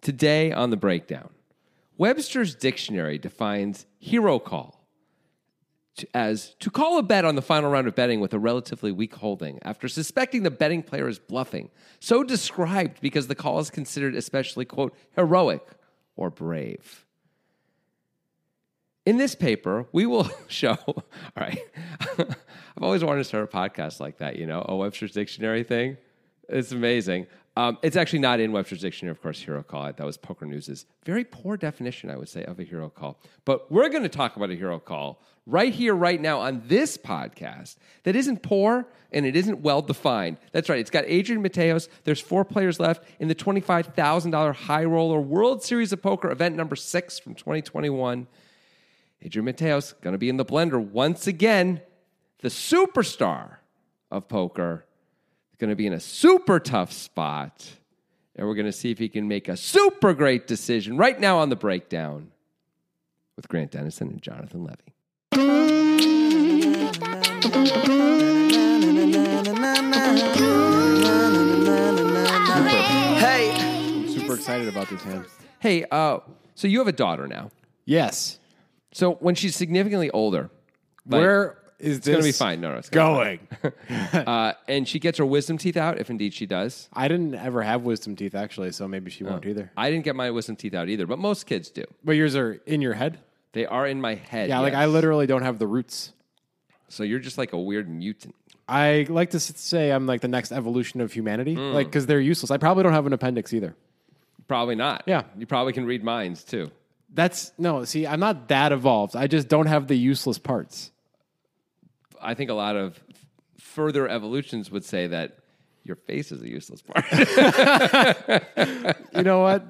Today on the breakdown, Webster's dictionary defines hero call to- as to call a bet on the final round of betting with a relatively weak holding after suspecting the betting player is bluffing. So described because the call is considered especially, quote, heroic or brave. In this paper, we will show. All right. I've always wanted to start a podcast like that, you know, a Webster's Dictionary thing. It's amazing. Um, it's actually not in Webster's Dictionary, of course, hero call. That was Poker News's very poor definition, I would say, of a hero call. But we're going to talk about a hero call right here, right now on this podcast that isn't poor and it isn't well defined. That's right. It's got Adrian Mateos. There's four players left in the $25,000 high roller World Series of Poker event number six from 2021. Adrian Mateos going to be in the blender once again. The superstar of poker going to be in a super tough spot. And we're going to see if he can make a super great decision right now on the breakdown with Grant Dennison and Jonathan Levy. Hey. Super excited about this, man. Hey, uh, so you have a daughter now. Yes. So when she's significantly older, like, Where is it's this going to be fine. No, no, it's gonna going? be fine. Uh, and she gets her wisdom teeth out, if indeed she does. I didn't ever have wisdom teeth, actually, so maybe she won't either. I didn't get my wisdom teeth out either, but most kids do. But yours are in your head. They are in my head. Yeah, like yes. I literally don't have the roots. So you're just like a weird mutant. I like to s- say I'm like the next evolution of humanity, like because they're useless. I probably don't have an appendix either. Probably not. Yeah. You probably can read minds too. That's no. See, I'm not that evolved. I just don't have the useless parts. I think a lot of further evolutions would say that your face is a useless part. You know what?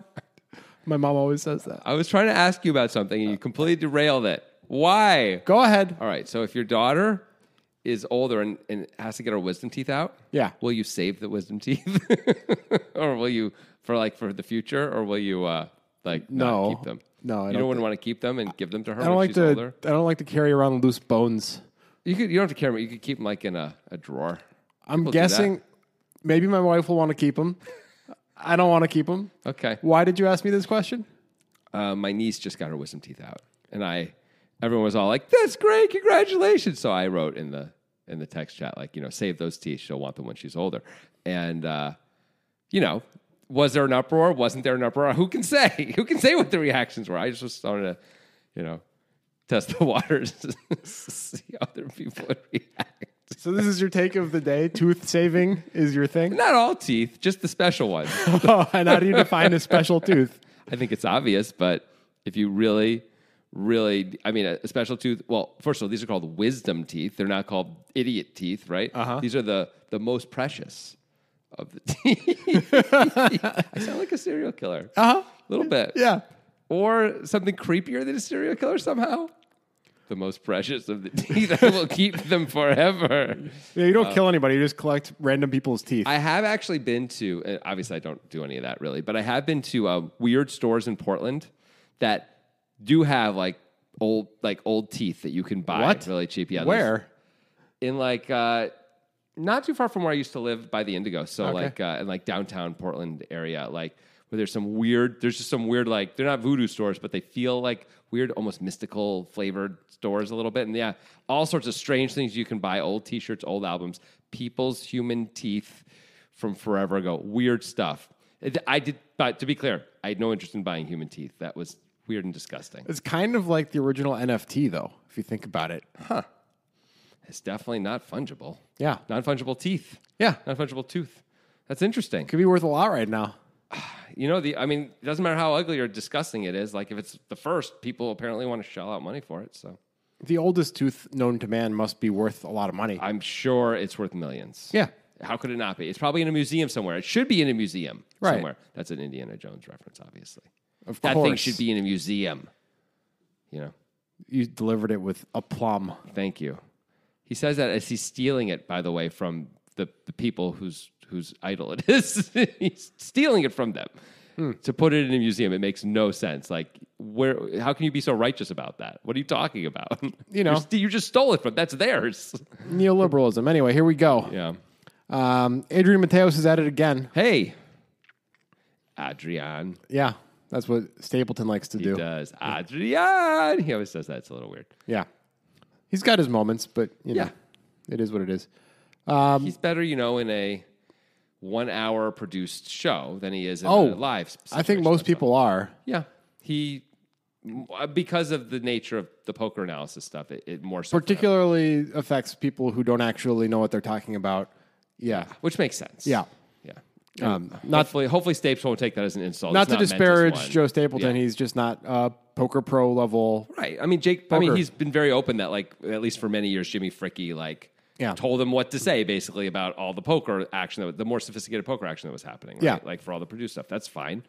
My mom always says that. I was trying to ask you about something and you completely derailed it. Why? Go ahead. All right. So if your daughter is older and, and has to get her wisdom teeth out, Yeah. will you save the wisdom teeth, or will you for like for the future, or will you uh, like not No. keep them? No, I you don't don't want to keep them and give them to her I don't when like she's to. older. I don't like to carry around loose bones. You could you don't have to carry them. You could keep them like in a, a drawer. I'm People do that. guessing maybe my wife will want to keep them. I don't want to keep them. Okay. Why did you ask me this question? uh, my niece just got her wisdom teeth out, and I, everyone was all like, "That's great, congratulations!" So I wrote in the in the text chat like, you know, save those teeth. She'll want them when she's older, and uh, you know, was there an uproar? Wasn't there an uproar? Who can say? Who can say what the reactions were? I just was wanted to, you know, test the waters, see how other people would react. So this is your take of the day. Tooth saving is your thing. Not all teeth, just the special ones. Oh, and how do you define a special tooth? I think it's obvious, but if you really, really, I mean, a, a special tooth. Well, first of all, these are called wisdom teeth. They're not called idiot teeth, right? Uh-huh. These are the the most precious of the teeth. I sound like a serial killer. Uh Uh-huh. A little bit, Yeah. Or something creepier than a serial killer somehow. The most precious of the teeth. I will keep them forever. Yeah, you don't kill anybody. You just collect random people's teeth. Oh. I have actually been to, uh, obviously, I don't do any of that really, but I have been to uh, weird stores in Portland that do have like old, like old teeth that you can buy What? really cheap. Yeah, Where? there's- in like uh, not too far from where I used to live by the Indigo, so Okay. like uh, in like downtown Portland area, like where there's some weird, there's just some weird like they're not voodoo stores, but they feel like weird, almost mystical flavored stores a little bit, and yeah, all sorts of strange things you can buy: old T-shirts, old albums, people's human teeth from forever ago, weird stuff. It- I did, but to be clear, I had no interest in buying human teeth. That was weird and disgusting. It's kind of like the original NFT, though, if you think about it. It's definitely not fungible. Yeah. non fungible teeth. Yeah. non fungible tooth. That's interesting. Could be worth a lot right now. you know the i mean it doesn't matter how ugly or disgusting it is like if it's the first people apparently want to shell out money for it so The oldest tooth known to man must be worth a lot of money. i'm sure it's worth millions Yeah. how could it not be it's probably in a museum somewhere it should be in a museum Right. somewhere that's an indiana jones reference obviously Of that course. thing should be in a museum you know You delivered it with aplomb. thank you he says that as he's stealing it by the way from the, the people whose whose idol it is he's stealing it from them to put it in a museum it makes no sense like where how can you be so righteous about that what are you talking about you know. you just stole it from that's theirs Neoliberalism. Anyway, here we go. yeah Um, Adrian Mateos is at it again. hey Adrian. Yeah, that's what Stapleton likes to do. Does Adrian. He always does that. It's a little weird. Yeah, he's got his moments, but you know, Yeah. it is what it is. He's better, you know, in a one hour produced show than he is in Oh, a live. s- I think situation. most people are. Yeah. He, uh, because of the nature of the poker analysis stuff, it, it more so. Particularly affects people who don't actually know what they're talking about. Yeah, which makes sense. Yeah. Yeah. Um, Not hopefully, hopefully Stapes won't take that as an insult. not It's to meant as disparage one. Joe Stapleton. Yeah. He's just not a poker pro level. Right. I mean, Jake. I mean, Poker. he's been very open that, like, at least for many years, Jimmy Fricky, like, Yeah. told him what to say basically about all the poker action, that, the more sophisticated poker action that was happening. Right? Yeah. Like for all the produced stuff, that's fine.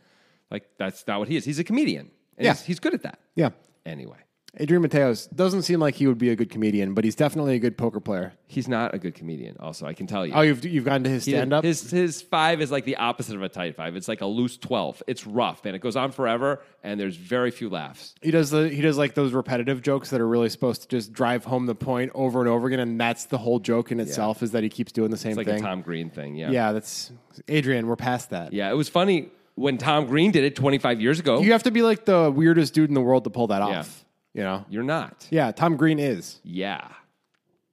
Like that's not what he is. He's a comedian. And Yeah. He's, he's good at that. Yeah, Anyway, Adrian Mateos doesn't seem like he would be a good comedian, but he's definitely a good poker player. he's not a good comedian. Also, I can tell you. Oh, you've you've gone to his He- stand up. His his five is like the opposite of a tight five. It's like a loose twelve. It's rough, man. It goes on forever, and there's very few laughs. He does the he does like those repetitive jokes that are really supposed to just drive home the point over and over again, and that's the whole joke in itself is that he keeps doing the same It's like thing. a Tom Green thing. Yeah. Yeah, that's Adrian. We're past that. Yeah, It was funny when Tom Green did it 25 years ago. You have to be like the weirdest dude in the world to pull that Yeah. off. You know. You're not. Yeah, Tom Green is Yeah.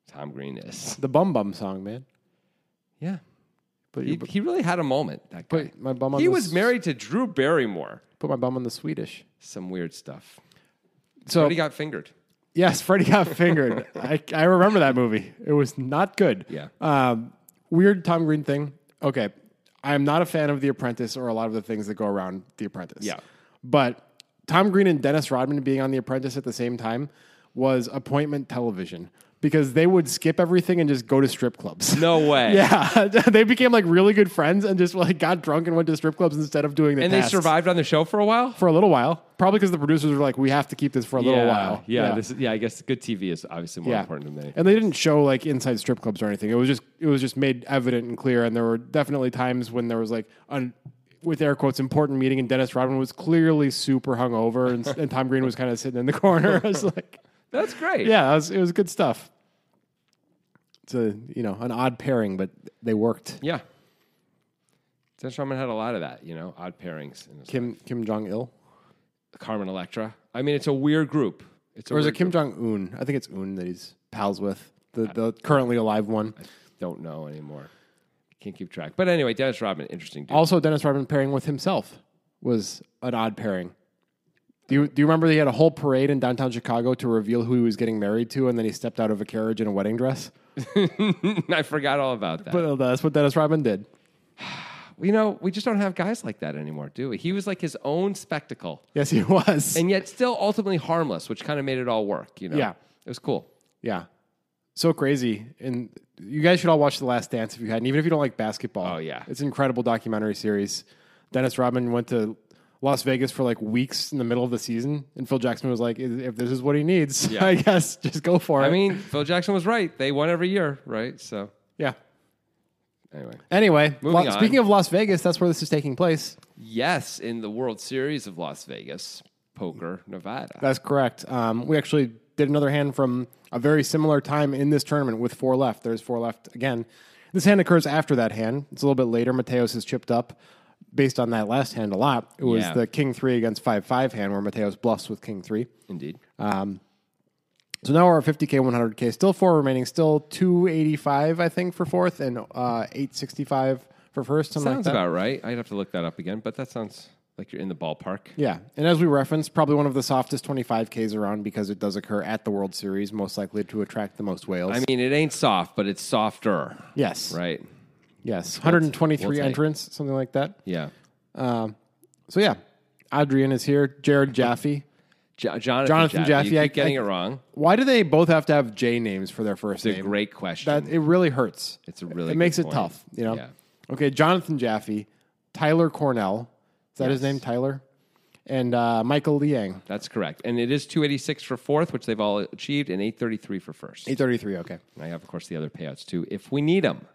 Tom Green is. the bum bum song, man. Yeah. But you He, he really had a moment, that guy. put my bum on. He the was s- married to Drew Barrymore. Put my bum on the Swedish. Some weird Oh. stuff. So But he got fingered. Yes, Freddy got fingered. I, I remember that movie. It was not good. Yeah. Um, weird Tom Green thing. Okay. I'm not a fan of The Apprentice or a lot of the things that go around The Apprentice. Yeah. But Tom Green and Dennis Rodman being on The Apprentice at the same time was appointment television because they would skip everything and just go to strip clubs. No way. Yeah. they became like really good friends and just like got drunk and went to strip clubs instead of doing the And tasks they survived on the show for a while? for a little while. Probably because the producers were like, we have to keep this for a little yeah, while. Yeah, This is, yeah, I guess good TV is obviously more important than anything. And they didn't show like inside strip clubs or anything. It was just it was just made evident and clear. And there were definitely times when there was like an with air quotes important meeting, and Dennis Rodman was clearly super hungover, and, and Tom Green was kind of sitting in the corner. I was like, That's great. yeah, it was, it was good stuff. It's a you know an odd pairing, but they worked. Yeah. Dennis Rodman had a lot of that, you know, odd pairings. In his Kim Kim Jong Il, Carmen Electra. I mean, it's a weird group. It's a or is it weird Kim Jong Un? I think it's Un that he's pals with the the currently alive one. Don't know anymore. Can't keep track. But anyway, Dennis Rodman, interesting dude. Also, Dennis Rodman pairing with himself was an odd pairing. Do you, do you remember he had a whole parade in downtown Chicago to reveal who he was getting married to, and then he stepped out of a carriage in a wedding dress? I forgot all about that. But uh, that's what Dennis Rodman did. you know, we just don't have guys like that anymore, do we? He was like his own spectacle Yes, he was. and yet still ultimately harmless, which kind of made it all work, you know? Yeah. It was cool. yeah, so crazy. And you guys should all watch The Last Dance if you hadn't, even if you don't like basketball. Oh, yeah. it's an incredible documentary series. Dennis Rodman went to Las Vegas for like weeks in the middle of the season, and Phil Jackson was like, "If this is what he needs, Yeah. I guess just go for it." I mean, Phil Jackson was right. They won every year, right? So, yeah. anyway. Anyway, Moving Lo- on. speaking of Las Vegas, that's where this is taking place. Yes, in the World Series of Las Vegas, poker, Nevada. That's correct. Um, we actually did another hand from a very similar time in this tournament with four left. There's four left again. This hand occurs after that hand. It's a little bit later. Mateos is chipped up based on that last hand a lot. It was Yeah. the king three against five five hand where Mateos bluffs with king three. Indeed. So now we're at 50K, 100K. Still four remaining. Still 285, I think, for fourth and uh, 865 for first. Something like sounds that. about right. I'd have to look that up again, but that sounds like you're in the ballpark. Yeah, and as we referenced, probably one of the softest 25Ks around because it does occur at the World Series, most likely to attract the most whales. I mean, it ain't soft, but it's softer, yes, right? yes, 123 We'll take. entrants, something like that. Yeah. So yeah, Adrian is here. Jared Jaffe. Jo- Jonathan, Jonathan Jaffe. Jaffe, You I- keep getting I- it wrong. Why do they both have to have J names for their first It's a name? great question. that it really hurts. It's a really it makes good it point. tough. You know. Yeah. Okay, Jonathan Jaffe, Tyler Cornell. Is that his name? Tyler, and uh, Michael Liang. That's correct. And it is 286 for fourth, which they've all achieved, and 833 for first. 833. Okay. And I have, of course, the other payouts too, if we need them.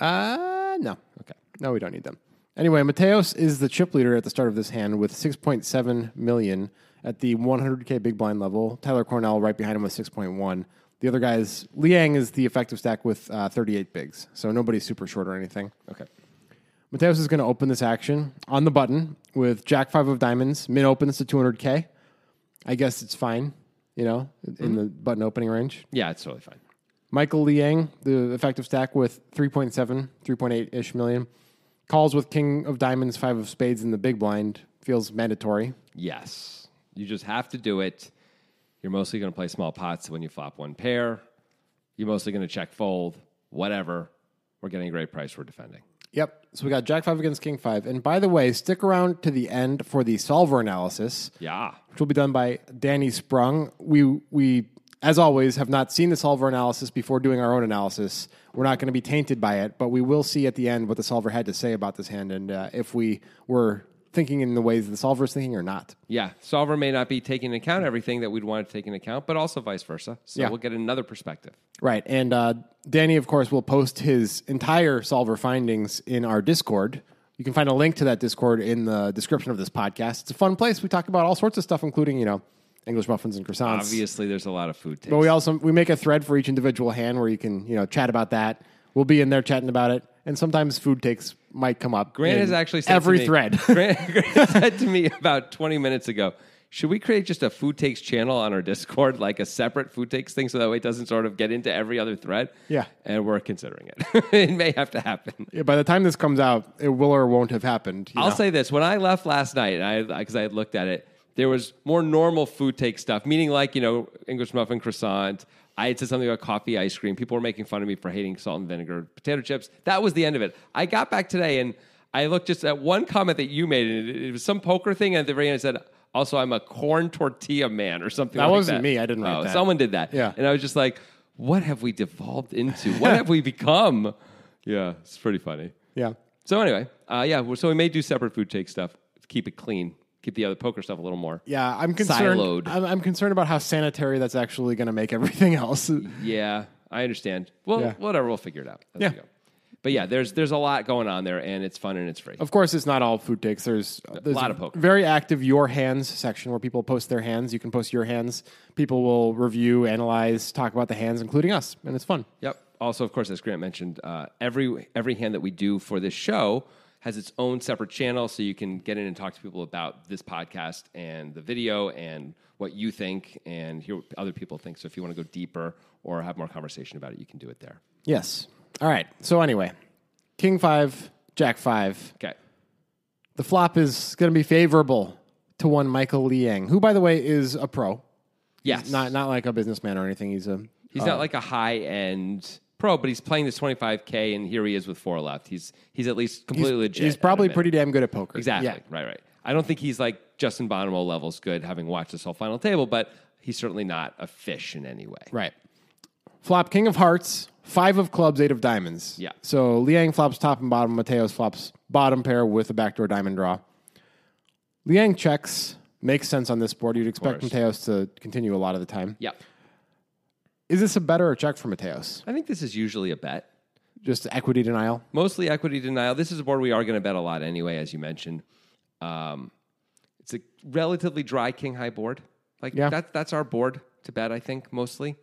Uh, no. Okay. No, we don't need them. Anyway, Mateos is the chip leader at the start of this hand with 6.7 million at the 100k big blind level. Tyler Cornell right behind him with 6.1. The other guys, Liang is the effective stack with uh, 38 bigs, so nobody's super short or anything. Okay. Mateos is going to open this action on the button with Jack five of diamonds. Min opens to 200k. I guess it's fine, you know, in the button opening range. Yeah, it's totally fine. Michael Liang, the effective stack with 3.7, 3.8 ish million, calls with King of Diamonds, Five of Spades in the big blind, feels mandatory. Yes. You just have to do it. You're mostly going to play small pots when you flop one pair. You're mostly going to check fold, whatever. We're getting a great price. We're defending. Yep. So we got Jack Five against King Five. And by the way, stick around to the end for the solver analysis, Yeah. which will be done by Danny Sprung. We, we, as always, have not seen the solver analysis before doing our own analysis. We're not going to be tainted by it, but we will see at the end what the solver had to say about this hand and uh, if we were thinking in the ways the solver's thinking or not. Yeah. Solver may not be taking into account everything that we'd want to take into account, but also vice versa. So Yeah. we'll get another perspective. Right. And uh, Danny, of course, will post his entire solver findings in our Discord. You can find a link to that Discord in the description of this podcast. It's a fun place. We talk about all sorts of stuff, including, you know, English muffins and croissants. Obviously, there's a lot of food taste. But we also we make a thread for each individual hand where you can, you know, chat about that. We'll be in there chatting about it. And sometimes food takes might come up. Grant in has actually said every to me, thread. Grant, Grant said to me about 20 minutes ago, should we create just a food takes channel on our Discord, like a separate food takes thing, so that way it doesn't sort of get into every other thread? Yeah. and we're considering it. it may have to happen. Yeah, By the time this comes out, it will or won't have happened. you I'll know? say this: when I left last night, and I because I had looked at it, there was more normal food take stuff, meaning like you know English muffin croissant. I had said something about coffee ice cream. People were making fun of me for hating salt and vinegar potato chips. That was the end of it. I got back today and I looked just at one comment that you made, and it, it was some poker thing. And at the very end, I said, "Also, I'm a corn tortilla man" or something. That like wasn't me. I didn't write Oh, that. Someone did that. Yeah. and I was just like, "What have we devolved into? What have we become?" Yeah, it's pretty funny. Yeah. So anyway, uh, yeah. well, So we may do separate food take stuff. Keep it clean. Keep the other poker stuff a little more. Yeah, I'm concerned. Siloed. I'm, I'm concerned about how sanitary that's actually going to make everything else. Yeah, I understand. Well, Yeah. whatever. We'll figure it out. as we Yeah. go. But yeah, there's there's a lot going on there, and it's fun and it's free. Of course, it's not all food takes. There's, there's lot of poker. Very active your hands section where people post their hands. You can post your hands. People will review, analyze, talk about the hands, including us, and it's fun. Yep. Also, of course, as Grant mentioned, uh, every every hand that we do for this show has its own separate channel, so you can get in and talk to people about this podcast and the video and what you think and hear what other people think. So if you want to go deeper or have more conversation about it, you can do it there. Yes. All right. So anyway, King five, Jack five. Okay. The flop is going to be favorable to one Michael Liang, who, by the way, is a pro. Yes. Not not like a businessman or anything. He's a He's not like a high end pro, but he's playing this 25k, and here he is with four left. He's he's at least completely legit. He's at a probably minute. pretty damn good at poker. exactly Yeah. right, right. I don't think he's like Justin Bonomo levels good, having watched this whole final table, but he's certainly not a fish in any way. Right. Flop king of hearts, five of clubs, eight of diamonds. Yeah. So Liang flops top and bottom. Mateos flops bottom pair with a backdoor diamond draw. Liang checks. Makes sense on this board. You'd expect course. Mateos to continue a lot of the time. Yeah, Is this a better or check for Mateos? I think this is usually a bet. Just equity denial? Mostly equity denial. This is a board we are going to bet a lot anyway, as you mentioned. Um, it's a relatively dry king high board. Like Yeah. that, that's our board to bet, I think, mostly.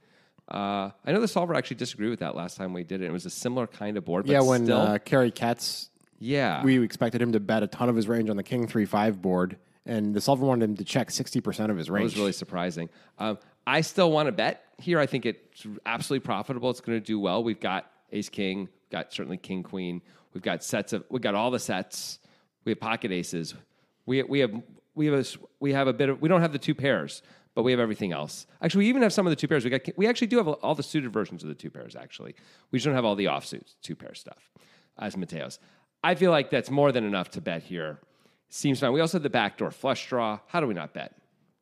Uh, I know the solver actually disagreed with that last time we did it. It was a similar kind of board, but yeah, when still, uh, Kerry Katz, yeah, we expected him to bet a ton of his range on the king 3 5 board, and the solver wanted him to check 60% of his it range. was really surprising. Um, I still want to bet here. I think it's absolutely profitable. It's going to do well. We've got ace king, we've got certainly king queen. We've got sets of we got all the sets. We have pocket aces. We we have we have a s- we have a bit of we don't have the two pairs, but we have everything else. Actually, we even have some of the two pairs. We got we actually do have all the suited versions of the two pairs. Actually, we just don't have all the offsuit two pair stuff as Mateos. I feel like that's more than enough to bet here. Seems fine. We also have the backdoor flush draw. How do we not bet?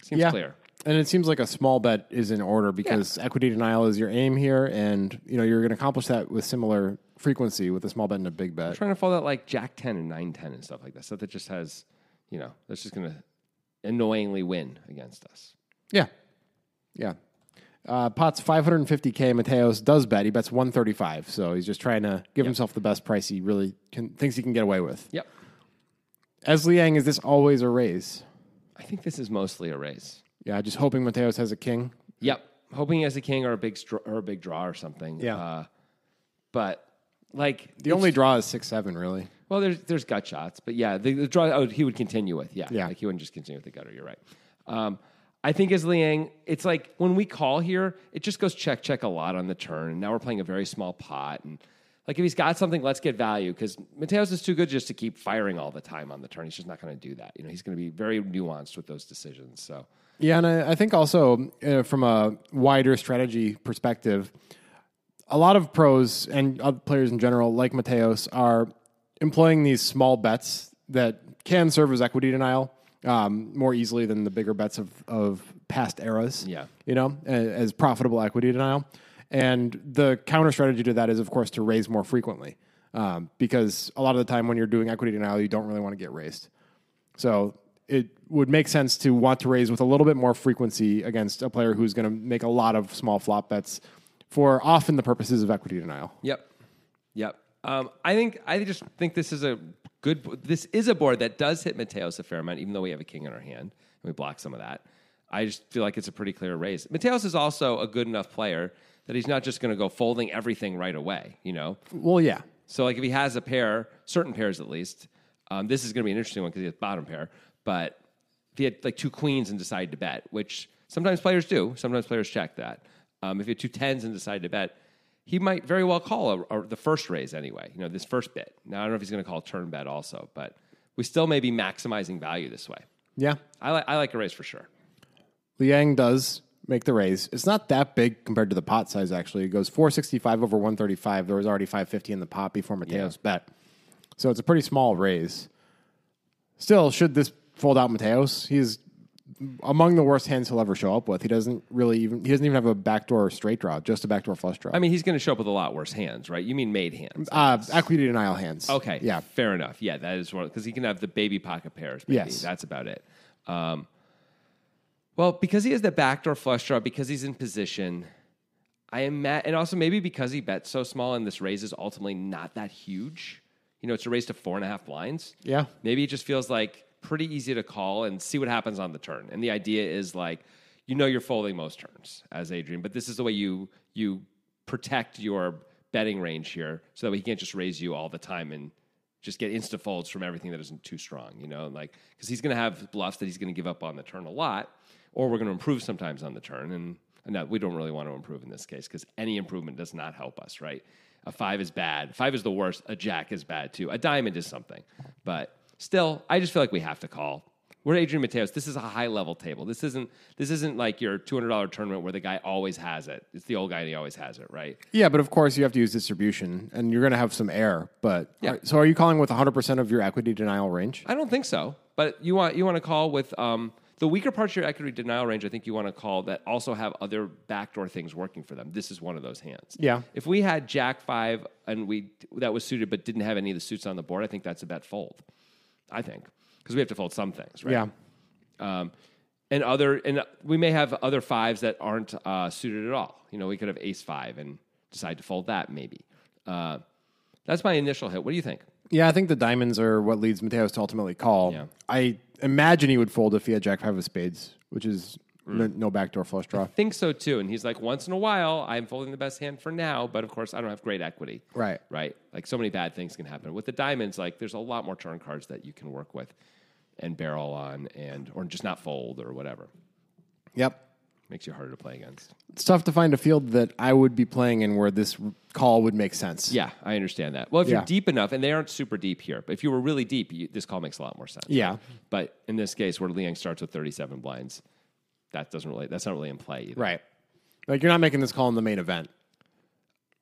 Seems yeah. clear. And it seems like a small bet is in order because equity denial is your aim here, and you know you're going to accomplish that with similar frequency with a small bet and a big bet. trying to follow that like Jack 10 and 9 10 and stuff like that. Stuff that just has, you know, that's just going to annoyingly win against us. Yeah, yeah. Uh, Potts 550k. Mateos does bet. He bets 135, so he's just trying to give himself the best price he really can, thinks he can get away with. Yep. As Liang, is this always a raise? I think this is mostly a raise. Yeah, just hoping Mateos has a king. Yep. Hoping he has a king or a big str- or a big draw or something. Yeah. Uh, but like The only draw is six seven, really. Well, there's there's gut shots, but yeah, the, the draw. Oh, he would continue with yeah, Yeah. Like he wouldn't just continue with the gutter. You're right. Um, I think as Liang, it's like when we call here, it just goes check check a lot on the turn. And now we're playing a very small pot, and like if he's got something, let's get value because Mateos is too good just to keep firing all the time on the turn. He's just not going to do that. You know, he's going to be very nuanced with those decisions. So Yeah, and I, I think also uh, from a wider strategy perspective, a lot of pros and other players in general, like Mateos, are employing these small bets that can serve as equity denial um, more easily than the bigger bets of, of past eras. Yeah. you know, a- as profitable equity denial. And the counter strategy to that is, of course, to raise more frequently, um, because a lot of the time when you're doing equity denial, you don't really want to get raised. So it would make sense to want to raise with a little bit more frequency against a player who's going to make a lot of small flop bets for often the purposes of equity denial. Yep. Yep. Um, I think I just think this is a good. bo- This is a board that does hit Mateos a fair amount, even though we have a king in our hand and we block some of that. I just feel like it's a pretty clear raise. Mateos is also a good enough player that he's not just going to go folding everything right away. You know, Well, yeah. so like if he has a pair, certain pairs at least, um, this is going to be an interesting one because he has bottom pair. But if he had like two queens and decided to bet, which sometimes players do, sometimes players check that. Um, if he had two tens and decided to bet, he might very well call a, a, the first raise anyway. You know, this first bit. Now I don't know if he's going to call a turn bet also, but we still may be maximizing value this way. Yeah. I like I like a raise for sure. Liang does make the raise. It's not that big compared to the pot size, actually. It goes 465 over 135. There was already 550 in the pot before Mateos bet. So it's a pretty small raise. Still, should this fold out Mateos, he's among the worst hands he'll ever show up with. He doesn't really even he doesn't even have a backdoor straight draw, just a backdoor flush draw. I mean, he's going to show up with a lot worse hands, right? You mean made hands? Uh, equity denial hands. Okay. Yeah. Fair enough. Yeah, that is one because he can have the baby pocket pairs. Maybe. Yes. That's about it. Um, well, because he has the backdoor flush draw, because he's in position, I am mad, and also maybe because he bets so small and this raise is ultimately not that huge. You know, it's a raise to four and a half blinds. Yeah. Maybe it just feels like pretty easy to call and see what happens on the turn. And the idea is like, you know, you're folding most turns as Adrian, but this is the way you you protect your betting range here, so that he can't just raise you all the time and just get insta folds from everything that isn't too strong. You know, like because he's going to have bluffs that he's going to give up on the turn a lot, or we're going to improve sometimes on the turn. And, and no, we don't really want to improve in this case because any improvement does not help us, right? A five is bad. Five is the worst. A jack is bad too. A diamond is something. But still, I just feel like we have to call. We're Adrian Mateos. This is a high level table. This isn't this isn't like your two hundred dollar tournament where the guy always has it. It's the old guy and he always has it, right? Yeah, but of course you have to use distribution and you're going to have some error, but Yeah. so are you calling with 100% of your equity denial range? I don't think so. But you want you want to call with um, the weaker parts of your equity denial range. I think you want to call that also have other backdoor things working for them. This is one of those hands. Yeah. If we had Jack five and we that was suited but didn't have any of the suits on the board, I think that's a bet fold. I think because we have to fold some things, right? Yeah. um, and other and uh, we may have other fives that aren't uh, suited at all. You know, we could have ace five and decide to fold that maybe. Uh, that's my initial hit. What do you think? Yeah, I think the diamonds are what leads Mateos to ultimately call. Yeah. I imagine he would fold if he had Jack Five of Spades, which is Mm. no, no backdoor flush draw. think so too. And he's like, once in a while, I'm folding the best hand for now, but of course, I don't have great equity. Right. Right. Like, so many bad things can happen. With the diamonds, like, there's a lot more turn cards that you can work with and barrel on and, or just not fold or whatever. Yep. Makes you harder to play against. It's tough to find a field that I would be playing in where this r- call would make sense. Yeah, I understand that. Well, if Yeah. you're deep enough, and they aren't super deep here, but if you were really deep, you, this call makes a lot more sense. Yeah. But in this case, where Liang starts with 37 blinds, that doesn't really, that's not really in play either. Right. Like you're not making this call in the main event.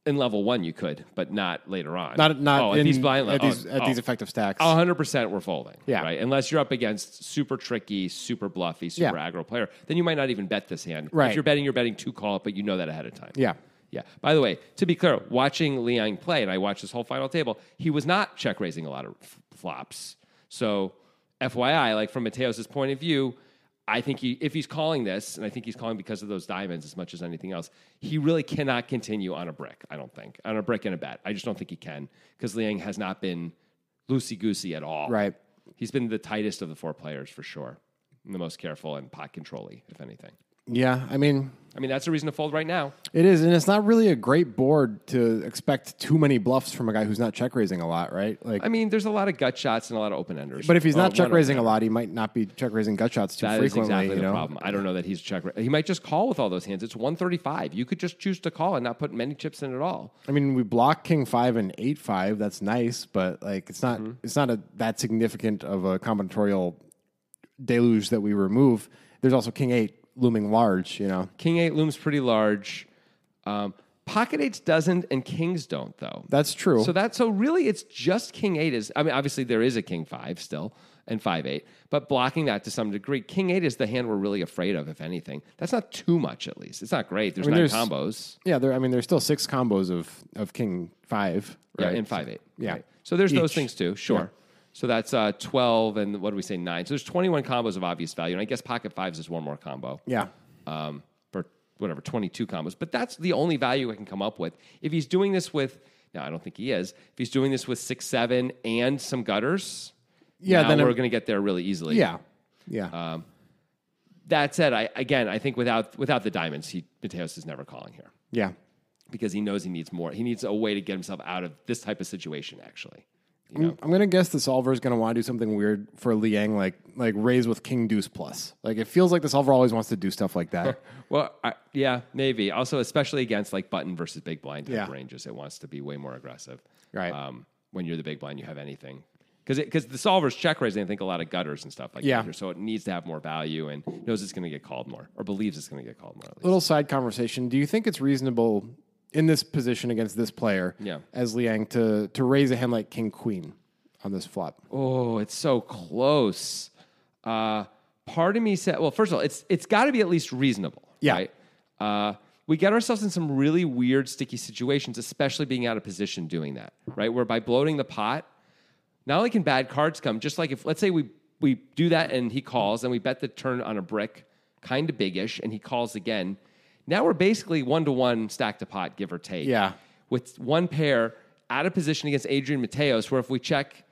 In level one, you could, but not later on. Not not oh, in, at these blind at oh, these, at oh. these effective stacks. A hundred percent, we're folding. Yeah. right. Unless you're up against super tricky, super bluffy, super Yeah. aggro player, then you might not even bet this hand. Right. If you're betting, you're betting two call, but you know that ahead of time. Yeah. Yeah. By the way, to be clear, watching Liang play, and I watched this whole final table. He was not check raising a lot of f- flops. So, FYI, like from Mateos' point of view. I think he, if he's calling this, and I think he's calling because of those diamonds as much as anything else, he really cannot continue on a brick. I don't think on a brick and a bet. I just don't think he can because Liang has not been loosey goosey at all. Right. He's been the tightest of the four players for sure, and the most careful and pot controlly, if anything. Yeah, I mean, I mean, that's a reason to fold right now. it is, and it's not really a great board to expect too many bluffs from a guy who's not check raising a lot, right? Like, I mean, there's a lot of gut shots and a lot of open enders. but if he's Oh, one not check raising a open-ender. lot, he might not be check raising gut shots too That is frequently. exactly the you know? problem. I don't know that he's check. He might just call with all those hands. It's 135. You could just choose to call and not put many chips in at all. I mean, we block king five and eight five. That's nice, but like it's Mm-hmm. not it's not a, that significant of a combinatorial deluge that we remove. There's also king eight looming large. You know, King eight looms pretty large. Um, pocket eights doesn't, and kings don't though. that's true. So that so really it's just king eight is I mean obviously there is a king five still and five eight, but blocking that to some degree. King eight is the hand we're really afraid of, if anything. That's not too much at least. It's not great. There's mean, nine there's- combos. yeah, there. I mean, there's still six combos of of king five. Right? Yeah, and five eight. Yeah. Right. So there's those Each. things too. Sure. So that's uh, twelve and what do we say nine? So there's twenty one combos of obvious value, and I guess pocket fives is one more combo. Yeah. um, for whatever 22 combos. But that's the only value I can come up with. If he's doing this with, no, I don't think he is. If he's doing this with six, seven, and some gutters, Yeah, now then we're I'm- going to get there really easily. Yeah. Yeah. Uh, That said, I again, I think without without the diamonds, he Mateos is never calling here yeah. because he knows he needs more. He needs a way to get himself out of this type of situation. Actually, you know, I'm- I'm gonna guess the solver is gonna want to do something weird for Liang, like like raise with King Deuce plus. Like it feels like the solver always wants to do stuff like that. well, I, yeah, maybe. Also, especially against like button versus big blind type Yeah. ranges, it wants to be way more aggressive. Right. Um, when you're the big blind, you have anything because because the solver's check raising. I think a lot of gutters and stuff like Yeah. that. here, So it needs to have more value and knows it's going to get called more or believes it's going to get called more. At least. Little side conversation. Do you think it's reasonable in this position against this player Yeah. as Liang to to raise a hand like King Queen on this flop? Oh, it's so close. Uh, part of me said, well, first of all, it's it's got to be at least reasonable. Yeah. Right? Uh, we get ourselves in some really weird, sticky situations, especially being out of position doing that, right? Where by bloating the pot, not only can bad cards come, just like if, let's say we, we do that and he calls and we bet the turn on a brick, kind of biggish, and he calls again. Now we're basically one to one stack to pot, give or take. Yeah. With one pair out of position against Adrian Mateos, where if we check,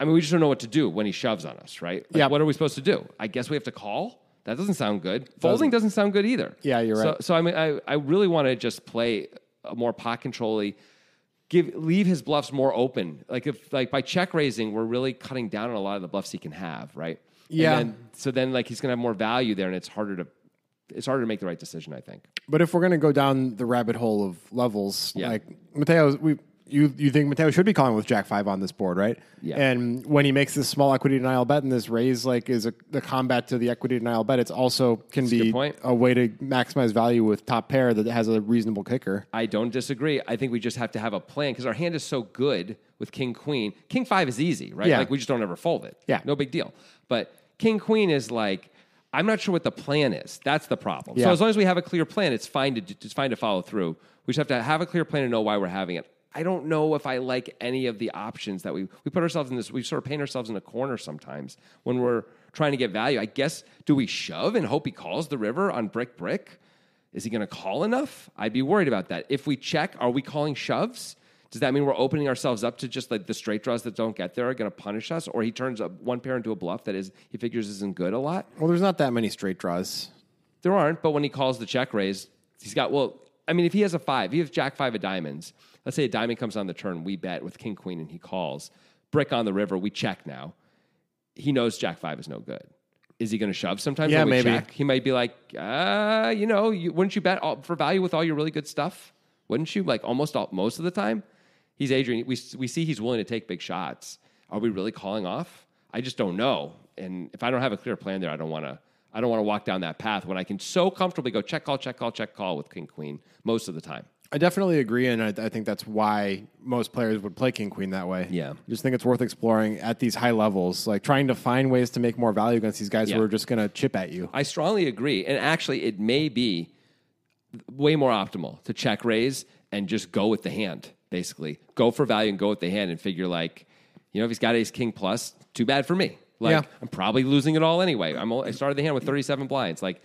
I mean, we just don't know what to do when he shoves on us, right? Like, Yeah. What are we supposed to do? I guess we have to call. That doesn't sound good. Folding doesn't sound good either. Yeah, you're So- right. So, I mean, I, I really want to just play a more pot controlly. Give leave his bluffs more open. Like if like by check raising, we're really cutting down on a lot of the bluffs he can have, right? And Yeah. then- so then like he's gonna have more value there, and it's harder to it's harder to make the right decision. I think. But if we're gonna go down the rabbit hole of levels, Yeah. like Mateo, we you you think Mateo should be calling with Jack Five on this board, right? Yeah. And when he makes this small equity denial bet and this raise like is a, the combat to the equity denial bet, it's also can a be good point. a way to maximize value with top pair that has a reasonable kicker. I don't disagree. I think we just have to have a plan because our hand is so good with King Queen. King Five is easy, right? Yeah. Like we just don't ever fold it. Yeah. no big deal. But King Queen is like I'm not sure what the plan is. That's the problem. So Yeah. as long as we have a clear plan, it's fine to it's fine to follow through. We just have to have a clear plan and know why we're having it. I don't know if I like any of the options that we we put ourselves in this. We sort of paint ourselves in a corner sometimes when we're trying to get value. I guess do we shove and hope he calls the river on brick brick? Is he going to call enough? I'd be worried about that. If we check, are we calling shoves? Does that mean we're opening ourselves up to just like the straight draws that don't get there are going to punish us? Or he turns up one pair into a bluff that is he figures isn't good a lot? Well, there's not that many straight draws. There aren't, but when he calls the check raise, he's got, well, I mean, if he has a five, he has Jack five of diamonds. Let's say a diamond comes on the turn, we bet with King Queen and he calls. Brick on the river, we check now. He knows Jack five is no good. Is he going to shove sometimes? Yeah, when we maybe. Check? He might be like, uh, you know, you, wouldn't you bet all, for value with all your really good stuff? Wouldn't you? Like almost all, most of the time? He's Adrian. We, we see he's willing to take big shots. Are we really calling off? I just don't know. And if I don't have a clear plan there, I don't want to. I don't want to walk down that path when I can so comfortably go check call, check call, check call with King Queen most of the time. I definitely agree, and I, I think that's why most players would play king queen that way. Yeah. I just think it's worth exploring at these high levels, like trying to find ways to make more value against these guys Yeah. who are just going to chip at you. I strongly agree. And actually, it may be way more optimal to check raise and just go with the hand, basically. Go for value and go with the hand and figure, like, you know, if he's got ace king plus, too bad for me. Like, Yeah. I'm probably losing it all anyway. I'm, only- I started the hand with 37 blinds. Like,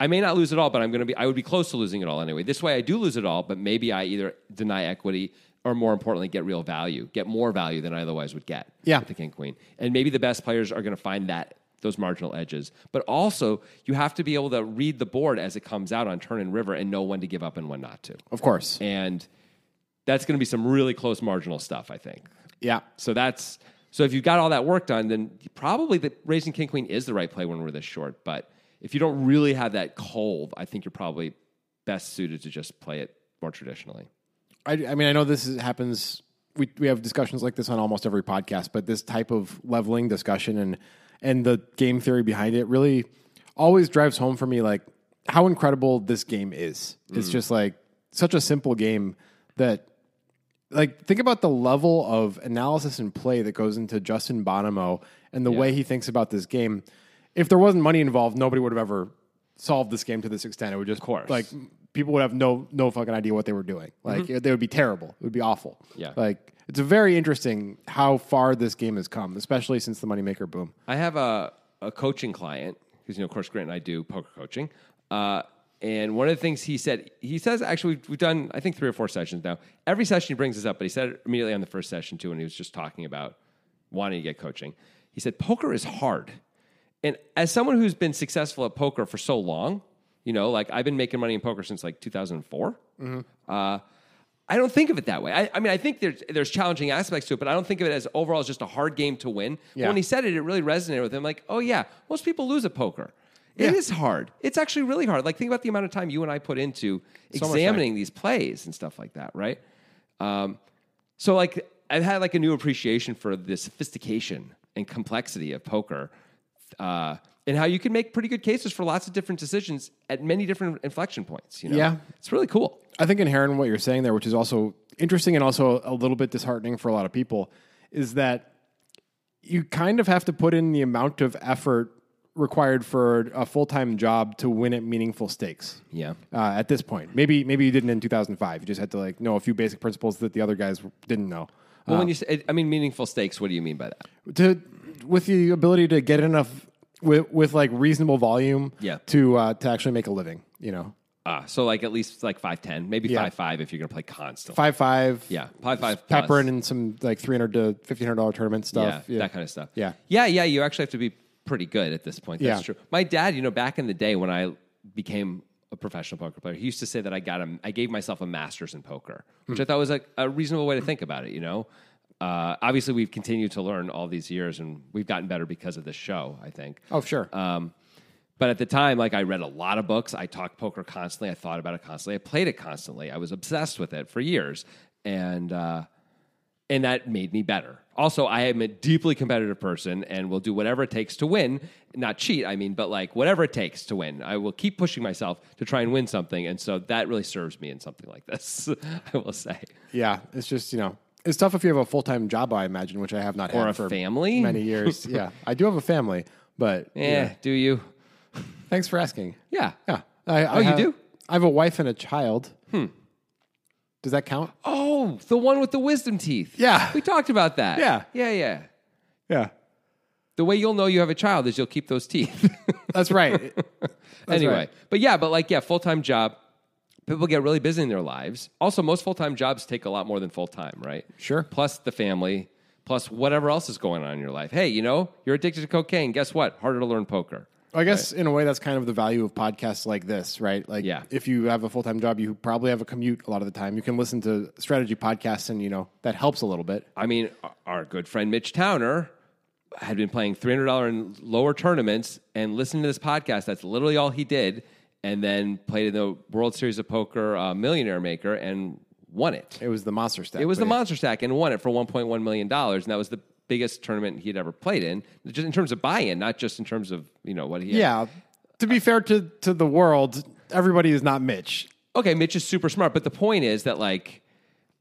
I may not lose it all, but I'm going to be, I would be close to losing it all anyway. This way, I do lose it all, but maybe I either deny equity or more importantly, get real value, get more value than I otherwise would get Yeah. with the king queen. And maybe the best players are going to find that those marginal edges. But also, you have to be able to read the board as it comes out on turn and river and know when to give up and when not to. Of course. And that's going to be some really close marginal stuff, I think. Yeah. So that's so if you've got all that work done, then probably the raising king queen is the right play when we're this short. But if you don't really have that cold, I think you're probably best suited to just play it more traditionally. I, I mean, I know this is, happens. We we have discussions like this on almost every podcast, but this type of leveling discussion and and the game theory behind it really always drives home for me like how incredible this game is. Mm. It's just like such a simple game that like think about the level of analysis and play that goes into Justin Bonomo and the way he thinks about this game. If there wasn't money involved, nobody would have ever solved this game to this extent. It would just of course. like people would have no no fucking idea what they were doing. Like it they would be terrible. It would be awful. Mm-hmm. Yeah. Like it's very interesting how far this game has come, especially since the moneymaker boom. I have a, a coaching client because you know, of course, Grant and I do poker coaching. Uh, and one of the things he said, he says, actually, we've, we've done I think three or four sessions now. Every session he brings this up, but he said it immediately on the first session too, when he was just talking about wanting to get coaching. He said, "Poker is hard." And as someone who's been successful at poker for so long, you know, like I've been making money in poker since like 2004. Uh, I don't think of it that way. I, I mean, I think there's there's challenging aspects to it, but I don't think of it as overall as just a hard game to win. But Yeah. When he said it, it really resonated with him. Like, oh yeah, most people lose at poker. It is Yeah. hard. It's actually really hard. Like, think about the amount of time you and I put into much time. examining these plays and stuff like that, right? Um, so like I've had like a new appreciation for the sophistication and complexity of poker, uh, and how you can make pretty good cases for lots of different decisions at many different inflection points. You know, Yeah. it's really cool. I think inherent in what you're saying there, which is also interesting and also a little bit disheartening for a lot of people, is that you kind of have to put in the amount of effort required for a full time job to win at meaningful stakes. Yeah. Uh, at this point, maybe maybe you didn't in 2005. You just had to like know a few basic principles that the other guys didn't know. Well, when you say, I mean, meaningful stakes. What do you mean by that? to with the ability to get enough with with like reasonable volume Yeah. to uh, to actually make a living. You know, Ah, so like at least like five ten, maybe Yeah. five five if you're gonna play constantly. five five. Yeah, five five. plus. peppering in some like three hundred to fifteen hundred dollar tournament yeah, stuff. that kind of stuff. Yeah. yeah, yeah. You actually have to be pretty good at this point. That's Yeah. true. My dad, you know, back in the day when I became a professional poker player, he used to say that I got a, I gave myself a master's in poker, which I thought was like a reasonable way to think about it. You know, uh, obviously we've continued to learn all these years, and we've gotten better because of this show. I think. Oh sure. Um, but at the time, like I read a lot of books. I talked poker constantly. I thought about it constantly. I played it constantly. I was obsessed with it for years, and uh, and that made me better. Also, I am a deeply competitive person and will do whatever it takes to win. Not cheat, I mean, but like whatever it takes to win. I will keep pushing myself to try and win something, and so that really serves me in something like this. I will say, yeah, it's just you know it's tough if you have a full time job. I imagine, which I have not or had a for family. many years. yeah, I do have a family, but Eh, do you? thanks for asking. Yeah. Yeah. I, I Oh, you have- do? I have a wife and a child. Hmm. Does that count? Oh, the one with the wisdom teeth. Yeah. we talked about that. Yeah. yeah, yeah. Yeah. the way you'll know you have a child is you'll keep those teeth. That's right. anyway, right. but yeah, but like yeah, full time job. People get really busy in their lives. Also, most full time jobs take a lot more than full time, right? Sure. Plus the family, plus whatever else is going on in your life. Hey, you know, you're addicted to cocaine. Guess what? Harder to learn poker. I guess in a way that's kind of the value of podcasts like this, right? Like Yeah. if you have a full time job, you probably have a commute a lot of the time. You can listen to strategy podcasts and you know, that helps a little bit. I mean, our- our good friend Mitch Towner had been playing $300 and lower tournaments and listening to this podcast. That's literally all he did. And then played in the World Series of Poker uh, Millionaire Maker and won it. It was the monster stack. It was the but Monster Stack and won it for $1.1 million. And that was the biggest tournament he'd ever played in, just in terms of buy in, not just in terms of, you know, what he had. Yeah. To be fair to, to the world, everybody is not Mitch. Okay, Mitch is super smart, but the point is that, like,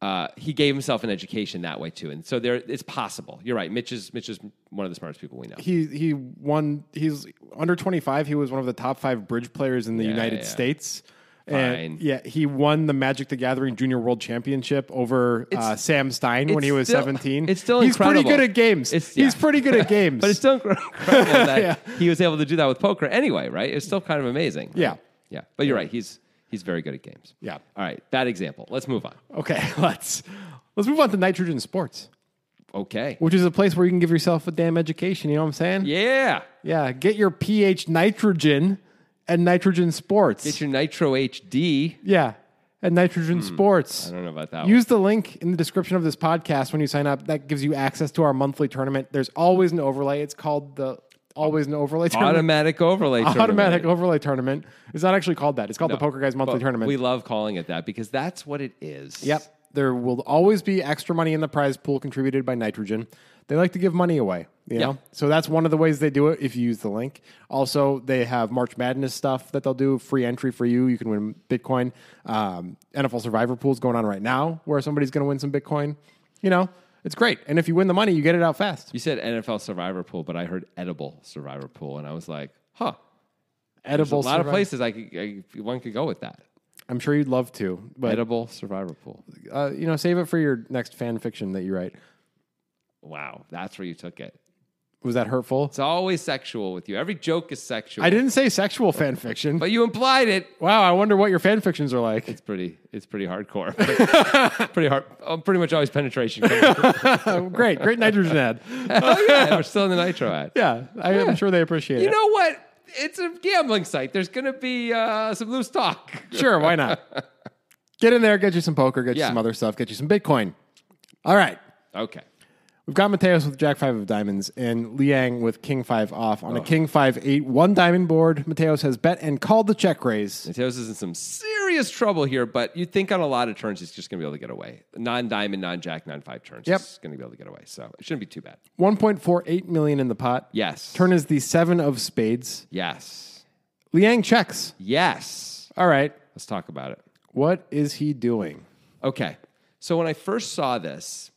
uh, he gave himself an education that way too, and so there it's possible. You're right. Mitch is Mitch is one of the smartest people we know. He he won he's under twenty five, he was one of the top five bridge players in the United yeah. States. Fine. And yeah, he won the Magic the Gathering Junior World Championship over uh, Sam Stein when it's he was still- seventeen. it's still he's incredible. pretty good at games. It's- He's yeah. pretty good at games. But it's still incredible that he was able to do that with poker anyway, right? It's still kind of amazing. right? Yeah. yeah. But you're right. He's he's very good at games. Yeah. All right. That example. Let's move on. Okay, let's let's move on to nitrogen sports, Okay. which is a place where you can give yourself a damn education. You know what I'm saying? Yeah. Yeah, get your pH nitrogen and nitrogen sports. Get your Nitro HD. yeah, and nitrogen sports. I don't know about that one. Use the link in the description of this podcast when you sign up. That gives you access to our monthly tournament. There's always an overlay. It's called the Always an Overlay Tournament. Automatic overlay. tournament. Automatic Overlay Tournament. It's not actually called that. It's called the Poker Guys Monthly But Tournament. We love calling it that because that's what it is. Yep. There will always be extra money in the prize pool contributed by nitrogen. They like to give money away, you Yeah. know? So that's one of the ways they do it if you use the link. Also, they have March Madness stuff that they'll do, free entry for you. You can win Bitcoin. Um, NFL Survivor Pool's going on right now where somebody's going to win some Bitcoin. You know, it's great. And if you win the money, you get it out fast. You said NFL Survivor Pool, but I heard Edible Survivor Pool, and I was like, huh. Edible A lot of Survivor- places I could, I, one could go with that. I'm sure you'd love to, but, Edible Survivor Pool. uh, you know, save it for your next fan fiction that you write. Wow, that's where you took it. Was that hurtful? It's always sexual with you. Every joke is sexual, I didn't say sexual fan fiction. but you implied it. Wow, I wonder what your fan fictions are like. It's pretty. It's pretty hardcore. pretty hard. oh, pretty much always penetration. Oh, great, great nitrogen ad. oh yeah, we're still in the nitro ad. Yeah, I am sure they appreciate You it. know what? It's a gambling site. There's going to be uh, some loose talk. sure, why not? Get in there, get you some poker, get you Yeah. some other stuff, get you some Bitcoin. All right, Okay. we've got Mateos with Jack Five of Diamonds and Liang with King Five off Oh. on a King Five Eight One Diamond board. Mateos has bet and called the check raise. Mateos is in some serious trouble here, but you'd think on a lot of turns he's just going to be able to get away. Non diamond, non jack, non five turns. Yep. He's going to be able to get away. So it shouldn't be too bad. One point four eight million in the pot. Yes. Turn is the seven of spades. Yes. Liang checks. Yes. All right, Let's talk about it. what is he doing? Okay. So when I first saw this,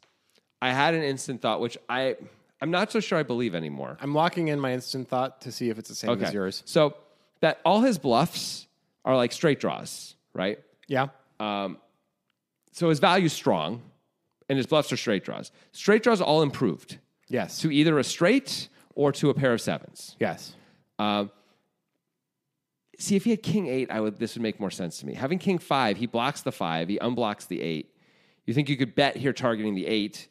I had an instant thought, which I, I'm not so sure I believe anymore. I'm locking in my instant thought to see if it's the same as yours. So that all his bluffs are like straight draws, right? Yeah. So his value's strong, and his bluffs are straight draws. Straight draws all improved yes. to either a straight or to a pair of sevens. yes. See, if he had king eight, I would. This would make more sense to me. Having king five, he blocks the five, he unblocks the eight. You think you could bet here targeting the eight?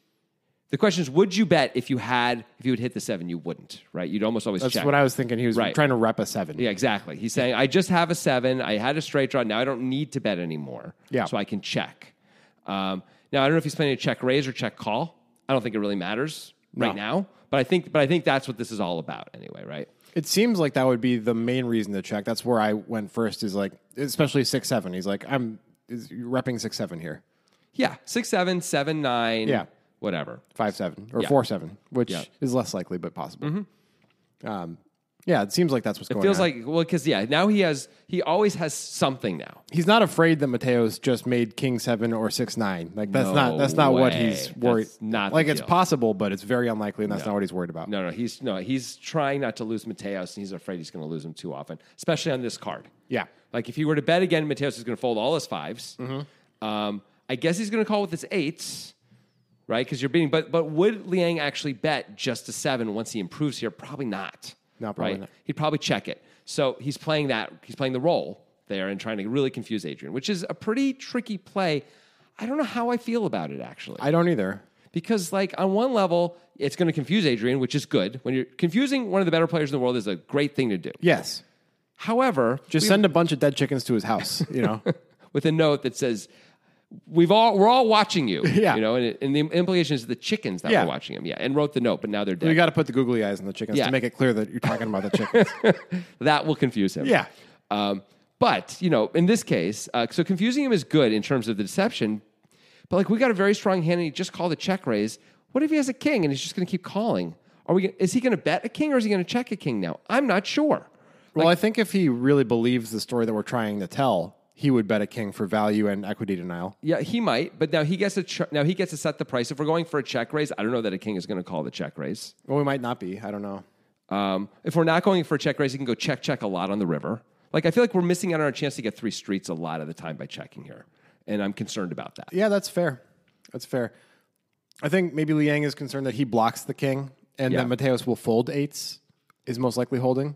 The question is, would you bet if you had if you would hit the seven? You wouldn't, right? You'd almost always That's check. what I was thinking. He was Right. trying to rep a seven. Yeah, exactly. He's saying, I just have a seven. I had a straight draw. Now I don't need to bet anymore. Yeah. So I can check. Um, now I don't know if he's planning to check raise or check call. I don't think it really matters right now. But I think, but I think that's what this is all about anyway, right? It seems like that would be the main reason to check. That's where I went first. Is like, especially six seven. He's like, I'm is repping six seven here, Yeah, six seven, seven nine. Yeah. whatever. five seven or Yeah. four seven, which Yeah. Mm-hmm. is less likely but possible. Um, yeah, it seems like that's what's going Feels on. like well, because yeah, now he has he always has something now. he's not afraid that Mateo's just made king seven or six nine. Like that's not No that's not what way. he's worried. That's not like the it's deal. possible, but it's very unlikely, and that's not what he's worried about. No, no, he's no, he's trying not to lose Mateos, and he's afraid he's going to lose him too often, especially on this card. Yeah. like if he were to bet again, Mateos is going to fold all his 5s Mm-hmm. Um, I guess he's going to call with his eights, right? Because you're beating. But but would Liang actually bet just a seven once he improves here? Probably not. No, probably right? not. He'd probably check it. So he's playing that. He's playing the role there and trying to really confuse Adrian, which is a pretty tricky play. I don't know how I feel about it actually I don't either. because like on one level it's going to confuse adrian which is good when you're confusing one of the better players in the world is a great thing to do Yes, however just send a bunch of dead chickens to his house. You know. with a note that says we've all we're all watching you Yeah. you know and, it- and the implication is the chickens that Yeah. were watching him yeah and wrote the note but now they're You dead got to put the googly eyes on the chickens Yeah. to make it clear that you're talking about the chickens. that will confuse him Yeah. um, but you know in this case uh, so confusing him is good in terms of the deception but like we got a very strong hand and he just called a check raise what if he has a king and he's just going to keep calling are we gonna, is he going to bet a king or is he going to check a king now i'm not sure well, I think if he really believes the story that we're trying to tell, he would bet a king for value and equity denial. Yeah, he might, but now he gets a ch- now he gets to set the price. If we're going for a check raise, I don't know that a king is going to call the check raise. Well, we might not be. I don't know. Um, if we're not going for a check raise, he can go check check a lot on the river. Like I feel like we're missing out on our chance to get three streets a lot of the time by checking here, and I'm concerned about that. Yeah, that's fair. That's fair. I think maybe Liang is concerned that he blocks the king and Yeah. that Mateos will fold eights is most likely holding.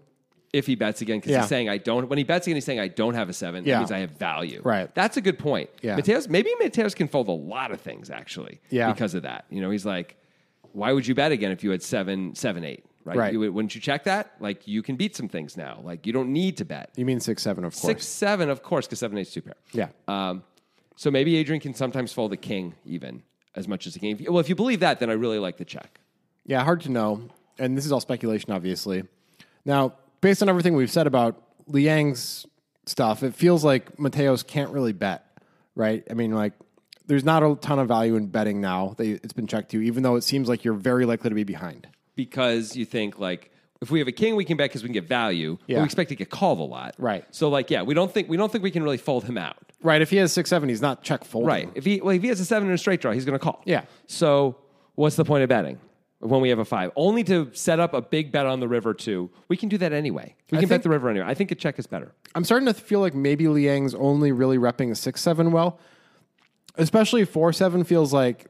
If he bets again, because Yeah. he's saying I don't. When he bets again, he's saying I don't have a seven. Yeah. That means I have value. Right. That's a good point. Yeah. Mateos, maybe Mateos can fold a lot of things actually. Yeah. Because of that, you know, he's like, why would you bet again if you had seven, seven, eight? right? Right. You, wouldn't you check that? Like you can beat some things now. Like you don't need to bet. You mean six seven, of course. Six, seven, of course, because seven, eight's two pair. Yeah. Um, so maybe Adrian can sometimes fold a king even as much as a king. If you- Well, if you believe that, then I really like the check. Yeah, hard to know. And this is all speculation, obviously. Now, based on everything we've said about Liang's stuff, it feels like Mateos can't really bet, right? I mean, like, there's not a ton of value in betting now that it's been checked to, even though it seems like you're very likely to be behind. because you think like if we have a king, we can bet because we can get value. but Yeah. we expect to get called a lot. Right. So like, yeah, we don't think we don't think we can really fold him out. Right. If he has six seven, he's not check folding. Right. If he well, if he has a seven and a straight draw, he's going to call. Yeah. So what's the point of betting when we have a five? Only to set up a big bet on the river too. We can do that anyway. We I can think- bet the river anyway. I think a check is better. I'm starting to feel like maybe Liang's only really repping a six seven well. Especially four seven feels like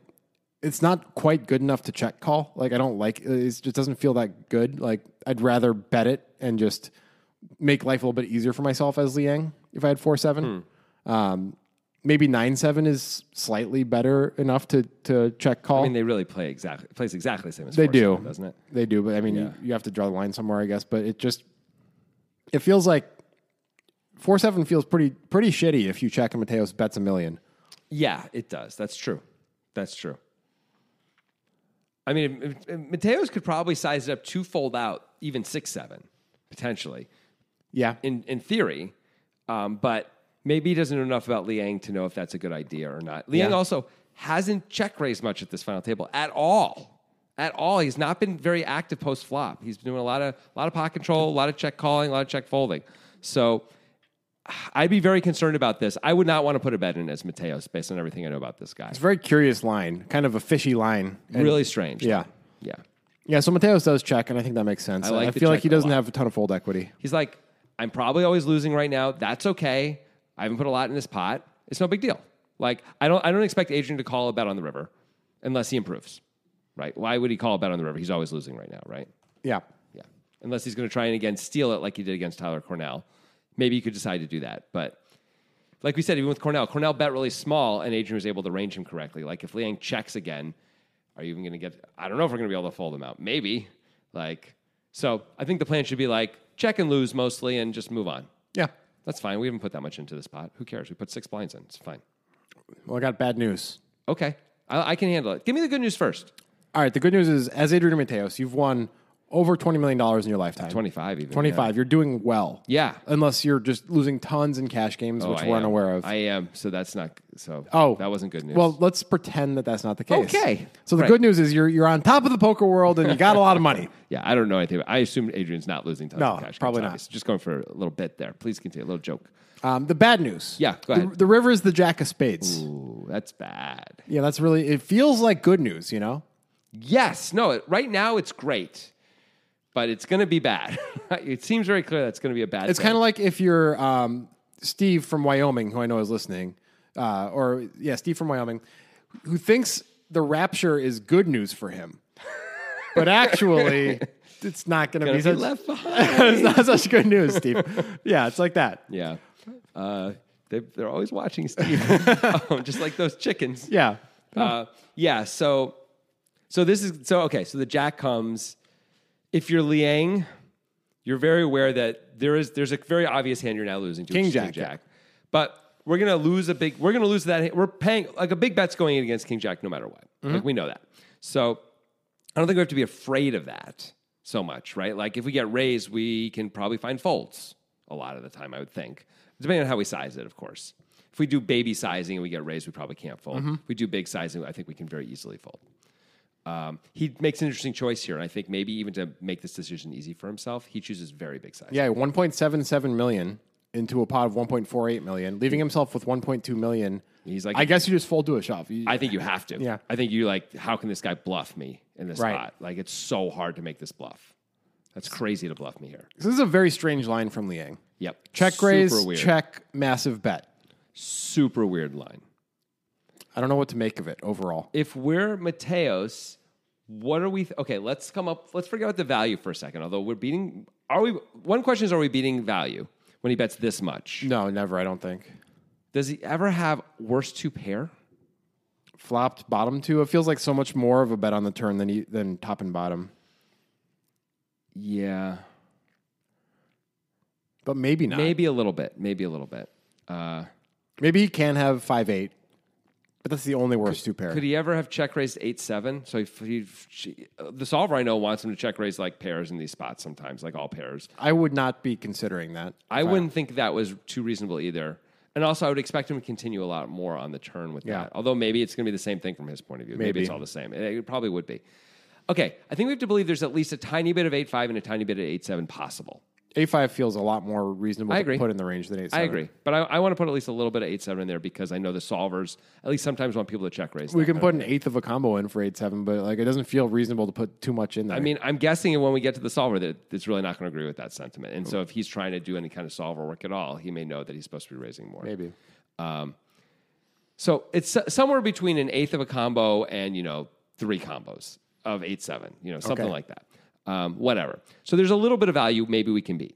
it's not quite good enough to check call. Like I don't like it's- it. Just doesn't feel that good. Like I'd rather bet it and just make life a little bit easier for myself as Liang if I had four seven. Hmm. Um, maybe nine seven is slightly better enough to to check call. I mean, they really play exactly plays exactly the same as Oh. They four do, seven, doesn't it? They do, but I mean, you, you have to draw the line somewhere, I guess. But it just it feels like four seven feels pretty pretty shitty if you check and Mateos bets a million. Yeah, it does. That's true. That's true. I mean, if- if- Mateos could probably size it up to fold out even six seven potentially Yeah, in in theory, um, but maybe he doesn't know enough about Liang to know if that's a good idea or not. Liang Yeah. also hasn't check raised much at this final table at all. At all, he's not been very active post flop. He's been doing a lot of a lot of pot control, a lot of check calling, a lot of check folding. So I'd be very concerned about this. I would not want to put a bet in as Mateos based on everything I know about this guy. it's a very curious line, kind of a fishy line. And- really strange. Yeah, Yeah. yeah. So Mateos does check, and I think that makes sense. I, like the feel like check he a doesn't lot. have a ton of fold equity. He's like, I'm probably always losing right now. That's okay. I haven't put a lot in this pot. It's no big deal. Like, I don't I don't expect Adrian to call a bet on the river unless he improves. Right? Why would he call a bet on the river? He's always losing right now, right? Yeah, Yeah. Unless he's going to try and again steal it like he did against Tyler Cornell. Maybe he could decide to do that. But like we said, even with Cornell, Cornell bet really small and Adrian was able to range him correctly. Like if Liang checks again, are you even going to get, I don't know if we're going to be able to fold him out. Maybe. Like, so I think the plan should be like check and lose mostly and just move on. yeah. That's fine. We haven't put that much into this pot. Who cares? We put six blinds in. It's fine. Well, I got bad news. Okay. I, I can handle it. Give me the good news first. All right, the good news is, as Adrian Mateos, you've won over twenty million dollars in your lifetime. 25 even. 25. You're doing well. Yeah. Unless you're just losing tons in cash games, Oh, which I we're am. unaware of. I am. So that's not, so Oh, that wasn't good news. Well, let's pretend that that's not the case. Okay. So the Right. good news is you're you're on top of the poker world and you got a lot of money. Yeah, I don't know anything. About, I assume Adrian's not losing tons No, of cash. probably games, not. obviously. Just going for a little bit there. Please continue. A little joke. Um, the bad news. Yeah, go The- The, ahead. river is the jack of spades. Ooh, that's bad. Yeah, that's really. It feels like good news, you know. Yes. No, it, right now it's great, but it's going to be bad. it seems very clear that's going to be a bad It's kind of like if you're um, Steve from Wyoming, who I know is listening, uh, or yeah, Steve from Wyoming, who thinks the rapture is good news for him, but actually. It's not going to Gonna be be such- left behind. it's not such good news, Steve. yeah, it's like that. yeah. Uh, they, they're always watching Steve, Oh, just like those chickens. Yeah. Uh, yeah. So, so this is so okay. So the jack comes. If you're Liang, you're very aware that there is there's a very obvious hand you're now losing to King which is jack, yeah. But we're gonna lose a big. We're gonna lose that. hand. We're paying like a big bet's going in against King Jack no matter what. Mm-hmm. Like we know that. So I don't think we have to be afraid of that so much, right? Like if we get raised, we can probably find folds a lot of the time, I would think, depending on how we size it, of course. If we do baby sizing and we get raised, we probably can't fold. Mm-hmm. If we do big sizing, I think we can very easily fold. Um, he makes an interesting choice here, and I think maybe even to make this decision easy for himself, he chooses very big size. Yeah, 1.77 million into a pot of 1.48 million, leaving himself with 1.2 million. He's like- I guess you just fold to a shove. You- I think you have to. Yeah. I think you like, how can this guy bluff me in this Right. spot? Like it's so hard to make this bluff. That's crazy to bluff me here. this is a very strange line from Liang. Yep. Check Super raise, weird. check, massive bet. Super weird line. I don't know what to make of it overall. if we're Mateos, what are we? Th- okay, let's come up. Let's forget about the value for a second. Although we're beating, are we? One question is, are we beating value when he bets this much? No, never, I don't think. Does he ever have worst two pair? Flopped bottom two. It feels like so much more of a bet on the turn than, he, than top and bottom. Yeah. But maybe not. Maybe, Maybe a little bit. Maybe a little bit. Uh, he can have five eight, but that's the only worst two pair. could he ever have check raised eight seven? So if he, she, uh, the solver I know wants him to check raise like pairs in these spots sometimes, like all pairs. I would not be considering that. I wouldn't think that was too reasonable either. And also, I would expect him to continue a lot more on the turn with Yeah. that. Although maybe it's going to be the same thing from his point of view. Maybe, Maybe. it's all the same. It, it probably would be. Okay, I think we have to believe there's at least a tiny bit of eight five and a tiny bit of eight seven possible. A five feels a lot more reasonable I to agree. put in the range than eight. I agree, but I, I want to put at least a little bit of eight seven in there because I know the solvers at least sometimes want people to check raise. We that can kind of put an eighth of a combo in for eight seven, but like it doesn't feel reasonable to put too much in there. I mean, I'm guessing when we get to the solver that it's really not going to agree with that sentiment. And so if he's trying to do any kind of solver work at all, he may know that he's supposed to be raising more. maybe. So it's s- somewhere between an eighth of a combo and, you know, three combos of eight, seven, you know, something Okay. like that. Um, whatever. So there's a little bit of value maybe we can beat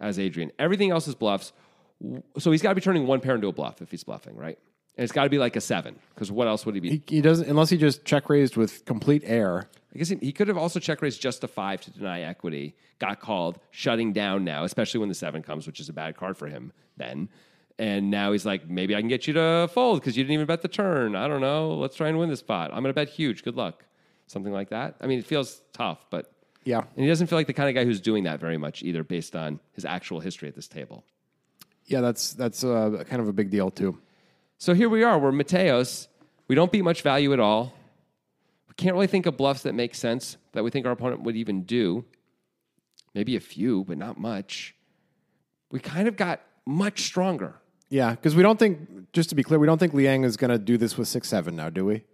as Adrian. Everything else is bluffs. W- So he's got to be turning one pair into a bluff if he's bluffing, right? And it's got to be like a seven because what else would he be? He, he doesn't unless he just check raised with complete air. I guess he, he could have also check raised just a five to deny equity, got called, shutting down now, especially when the seven comes, which is a bad card for him then. And now he's like, maybe I can get you to fold because you didn't even bet the turn. I don't know. Let's try and win this spot. I'm going to bet huge. Good luck. Something like that. I mean, it feels tough, but. Yeah. And he doesn't feel like the kind of guy who's doing that very much either based on his actual history at this table. Yeah, that's that's uh, kind of a big deal too. So here we are. We're Mateos. We don't beat much value at all. We can't really think of bluffs that make sense that we think our opponent would even do. Maybe a few, but not much. We kind of got much stronger. Yeah, because we don't think. Just to be clear, we don't think Liang is going to do this with six seven now, do we?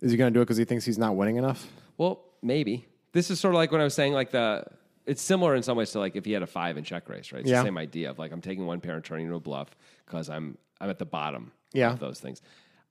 Is he going to do it because he thinks he's not winning enough? Well, maybe. This is sort of like when I was saying, like the it's similar in some ways to like if he had a five in check race, right? It's Yeah. the same idea of like I'm taking one pair and turning into a bluff because I'm I'm at the bottom Yeah. of those things.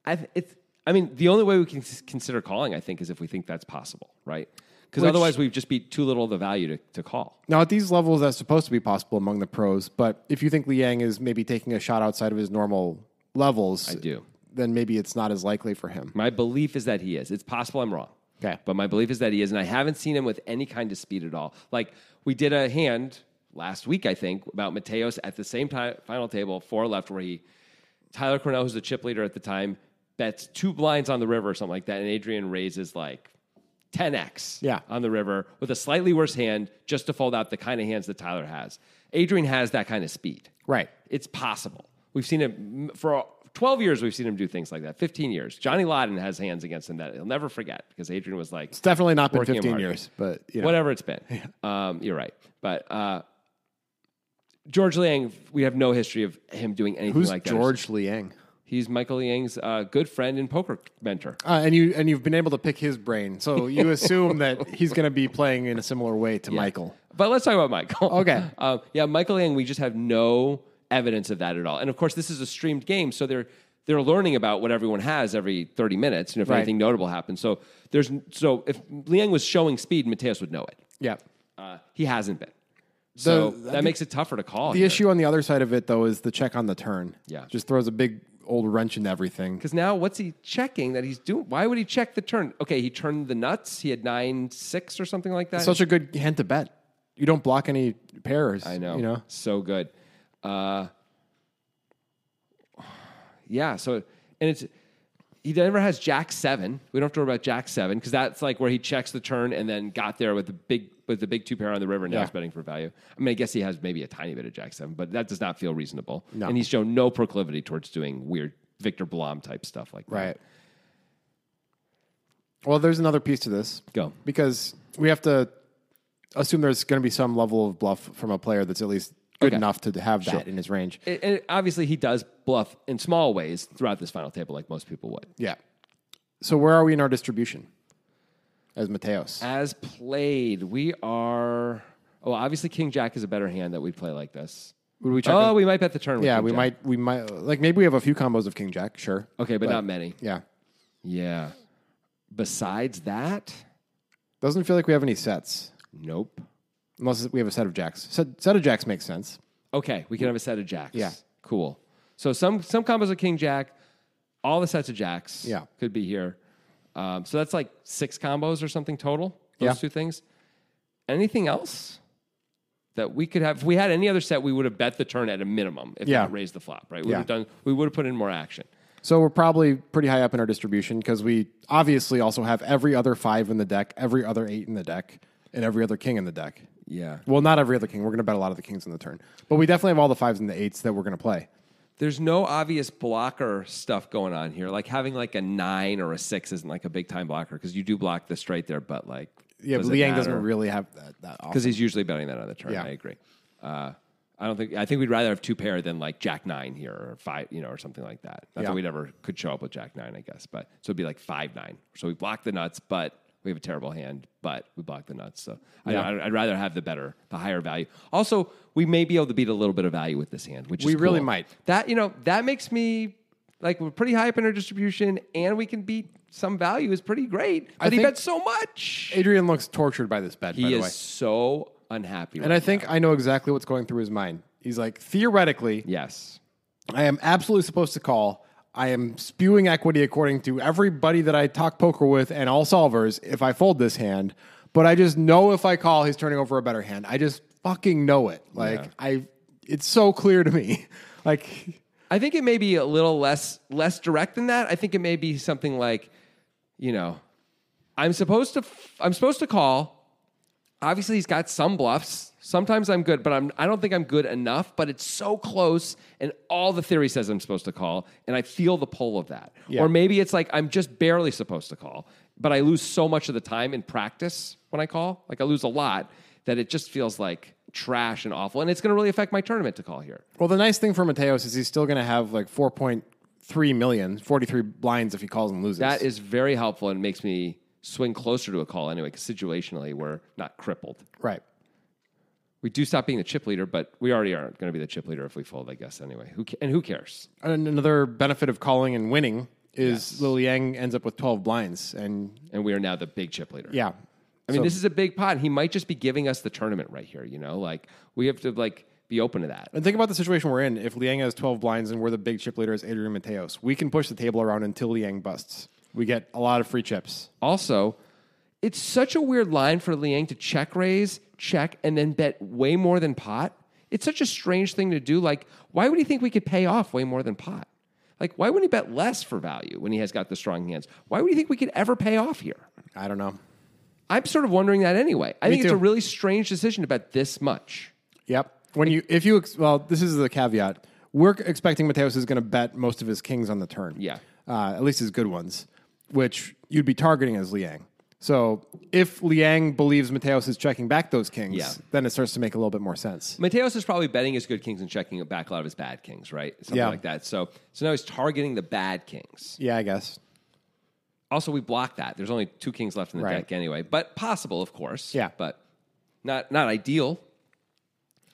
I th- it's I mean the only way we can s- consider calling I think is if we think that's possible, right? Because Which- otherwise we've just beat too little of the value to, to call. Now, at these levels, that's supposed to be possible among the pros. But if you think Liang is maybe taking a shot outside of his normal levels, I do. Then maybe it's not as likely for him. My belief is that he is. It's possible I'm wrong. Okay. But my belief is that he is, and I haven't seen him with any kind of speed at all. Like we did a hand last week, I think, about Mateos at the same time final table, four left, where he Tyler Cornell, who's the chip leader at the time, bets two blinds on the river or something like that, and Adrian raises like 10x Yeah. on the river with a slightly worse hand just to fold out the kind of hands that Tyler has. Adrian has that kind of speed. Right. It's possible. We've seen him for 12 years, we've seen him do things like that. 15 years. Johnny Lydon has hands against him that he'll never forget because Adrian was like, It's definitely not been Working him 15 harder. years, but you know. whatever it's been. Um, you're right. But uh, George Liang, we have no history of him doing anything Who's like that. George Liang? He's Michael Liang's uh, good friend and poker mentor. Uh, and you and you've been able to pick his brain, so you assume that he's going to be playing in a similar way to Michael. But let's talk about Michael. Okay. Um, yeah, Michael Yang, we just have no evidence of that at all. And of course, this is a streamed game, so they're they're learning about what everyone has every 30 minutes, and if Right. anything notable happens. So there's so if Liang was showing speed, Mateus would know it. Yeah. Uh, he hasn't been. So The- that makes it tougher to call. The issue on the other side of it, though, is the check on the turn. Yeah. Just throws a big old wrench into everything. because now what's he checking that he's doing? Why would he check the turn? Okay, he turned the nuts. He had nine six or something like that. Such a good hand to bet. You don't block any pairs. I know. You know. so good. Uh, yeah. So and it's he never has Jack seven. We don't have to worry about Jack seven because that's like where he checks the turn and then got there with the big with the big two pair on the river. and Now Yeah. he's betting for value. I mean, I guess he has maybe a tiny bit of Jack seven, but that does not feel reasonable. No. And he's shown no proclivity towards doing weird Victor Blom type stuff like that. Right. Well, there's another piece to this. Go. Because we have to assume there's going to be some level of bluff from a player that's at least good Okay. enough to have that in his range. And- And obviously, he does bluff in small ways throughout this final table, like most people would. Yeah. So where are we in our distribution as Mateos? As played, we are. Oh, obviously, King Jack is a better hand that we play like this. Would we check? Oh, it? we might bet the turn. With yeah, King we Jack. might. We might like maybe we have a few combos of King Jack. Sure. Okay, but, not many. Yeah. Yeah. Besides that, Doesn't feel like we have any sets nope. unless we have a set of jacks. Set, set of jacks makes sense. Okay, we can have a set of jacks. Yeah. cool. So some some combos of King Jack, all the sets of jacks. Yeah. could be here. Um, so that's like six combos or something total. Those Yeah. two things. Anything else that we could have? If we had any other set, we would have bet the turn at a minimum. If Yeah. we raised the flop, right? We Yeah. would have done. We would have put in more action. So we're probably pretty high up in our distribution because we obviously also have every other five in the deck, every other eight in the deck, and every other king in the deck. Yeah. Well, not every other king. We're going to bet a lot of the kings in the turn, but we definitely have all the fives and the eights that we're going to play. There's no obvious blocker stuff going on here. Like having like a nine or a six isn't like a big time blocker because you do block the straight there, but like Yeah, does but it Liang doesn't matter? really have that. that often. because he's usually betting that on the turn. Yeah. I agree. Uh, I don't think I think we'd rather have two pair than like Jack nine here or five, you know, or something like that. Not Yeah. that we'd ever could show up with Jack nine, I guess. But so it'd be like five nine. So we block the nuts, but we have a terrible hand, but we block the nuts. So I, I'd, I'd rather have the better, the higher value. Also, we may be able to beat a little bit of value with this hand, which We is really cool. might. That you know that makes me like we're pretty high up in our distribution, and we can beat some value is pretty great. But he think- bet so much. Adrian looks tortured by this bet. by he the is way. so unhappy. and I think I know exactly what's going through his mind. He's like, theoretically, Yes. I am absolutely supposed to call. I am spewing equity according to everybody that I talk poker with and all solvers if I fold this hand. But I just know if I call, he's turning over a better hand. I just fucking know it. Like Yeah. I, it's so clear to me. like I think it may be a little less less direct than that. I think it may be something like, you know, I'm supposed to f- I'm supposed to call. Obviously, he's got some bluffs. Sometimes I'm good, but I'm I don't think I'm good enough. But it's so close, and all the theory says I'm supposed to call, and I feel the pull of that. Yeah. Or maybe it's like I'm just barely supposed to call, but I lose so much of the time in practice when I call. Like I lose a lot that it just feels like trash and awful, and it's going to really affect my tournament to call here. Well, the nice thing for Mateos is he's still going to have like 4.3 million, 43 blinds if he calls and loses. That is very helpful and makes me swing closer to a call anyway, 'cause situationally we're not crippled. right. We do stop being the chip leader, but we already aren't going to be the chip leader if we fold, I guess, anyway. Who ca- and who cares? And another benefit of calling and winning is Lil Yang ends up with 12 blinds. And And we are now the big chip leader. yeah. I mean, this is a big pot. He might just be giving us the tournament right here, you know? Like, we have to, like, be open to that. And think about the situation we're in. If Liang has 12 blinds and we're the big chip leader as Adrian Mateos, we can push the table around until Liang busts. We get a lot of free chips. Also, it's such a weird line for Liang to check raise, check, and then bet way more than pot. It's such a strange thing to do. Like, why would he think we could pay off way more than pot? Like, why wouldn't he bet less for value when he has got the strong hands? Why would he think we could ever pay off here? I don't know. I'm sort of wondering that anyway. I think it's too. a really strange decision to bet this much. Yep. When you, if you, ex- well, this is the caveat. We're expecting Mateos is going to bet most of his kings on the turn. Yeah. Uh, at least his good ones, which you'd be targeting as Liang. So if Liang believes Mateos is checking back those kings, Yeah. then it starts to make a little bit more sense. Mateos is probably betting his good kings and checking back a lot of his bad kings, right? Something Yeah. like that. So, so now he's targeting the bad kings. Yeah, I guess. Also, we block that. There's only two kings left in the Right. deck anyway, but possible, of course. Yeah. but not not ideal.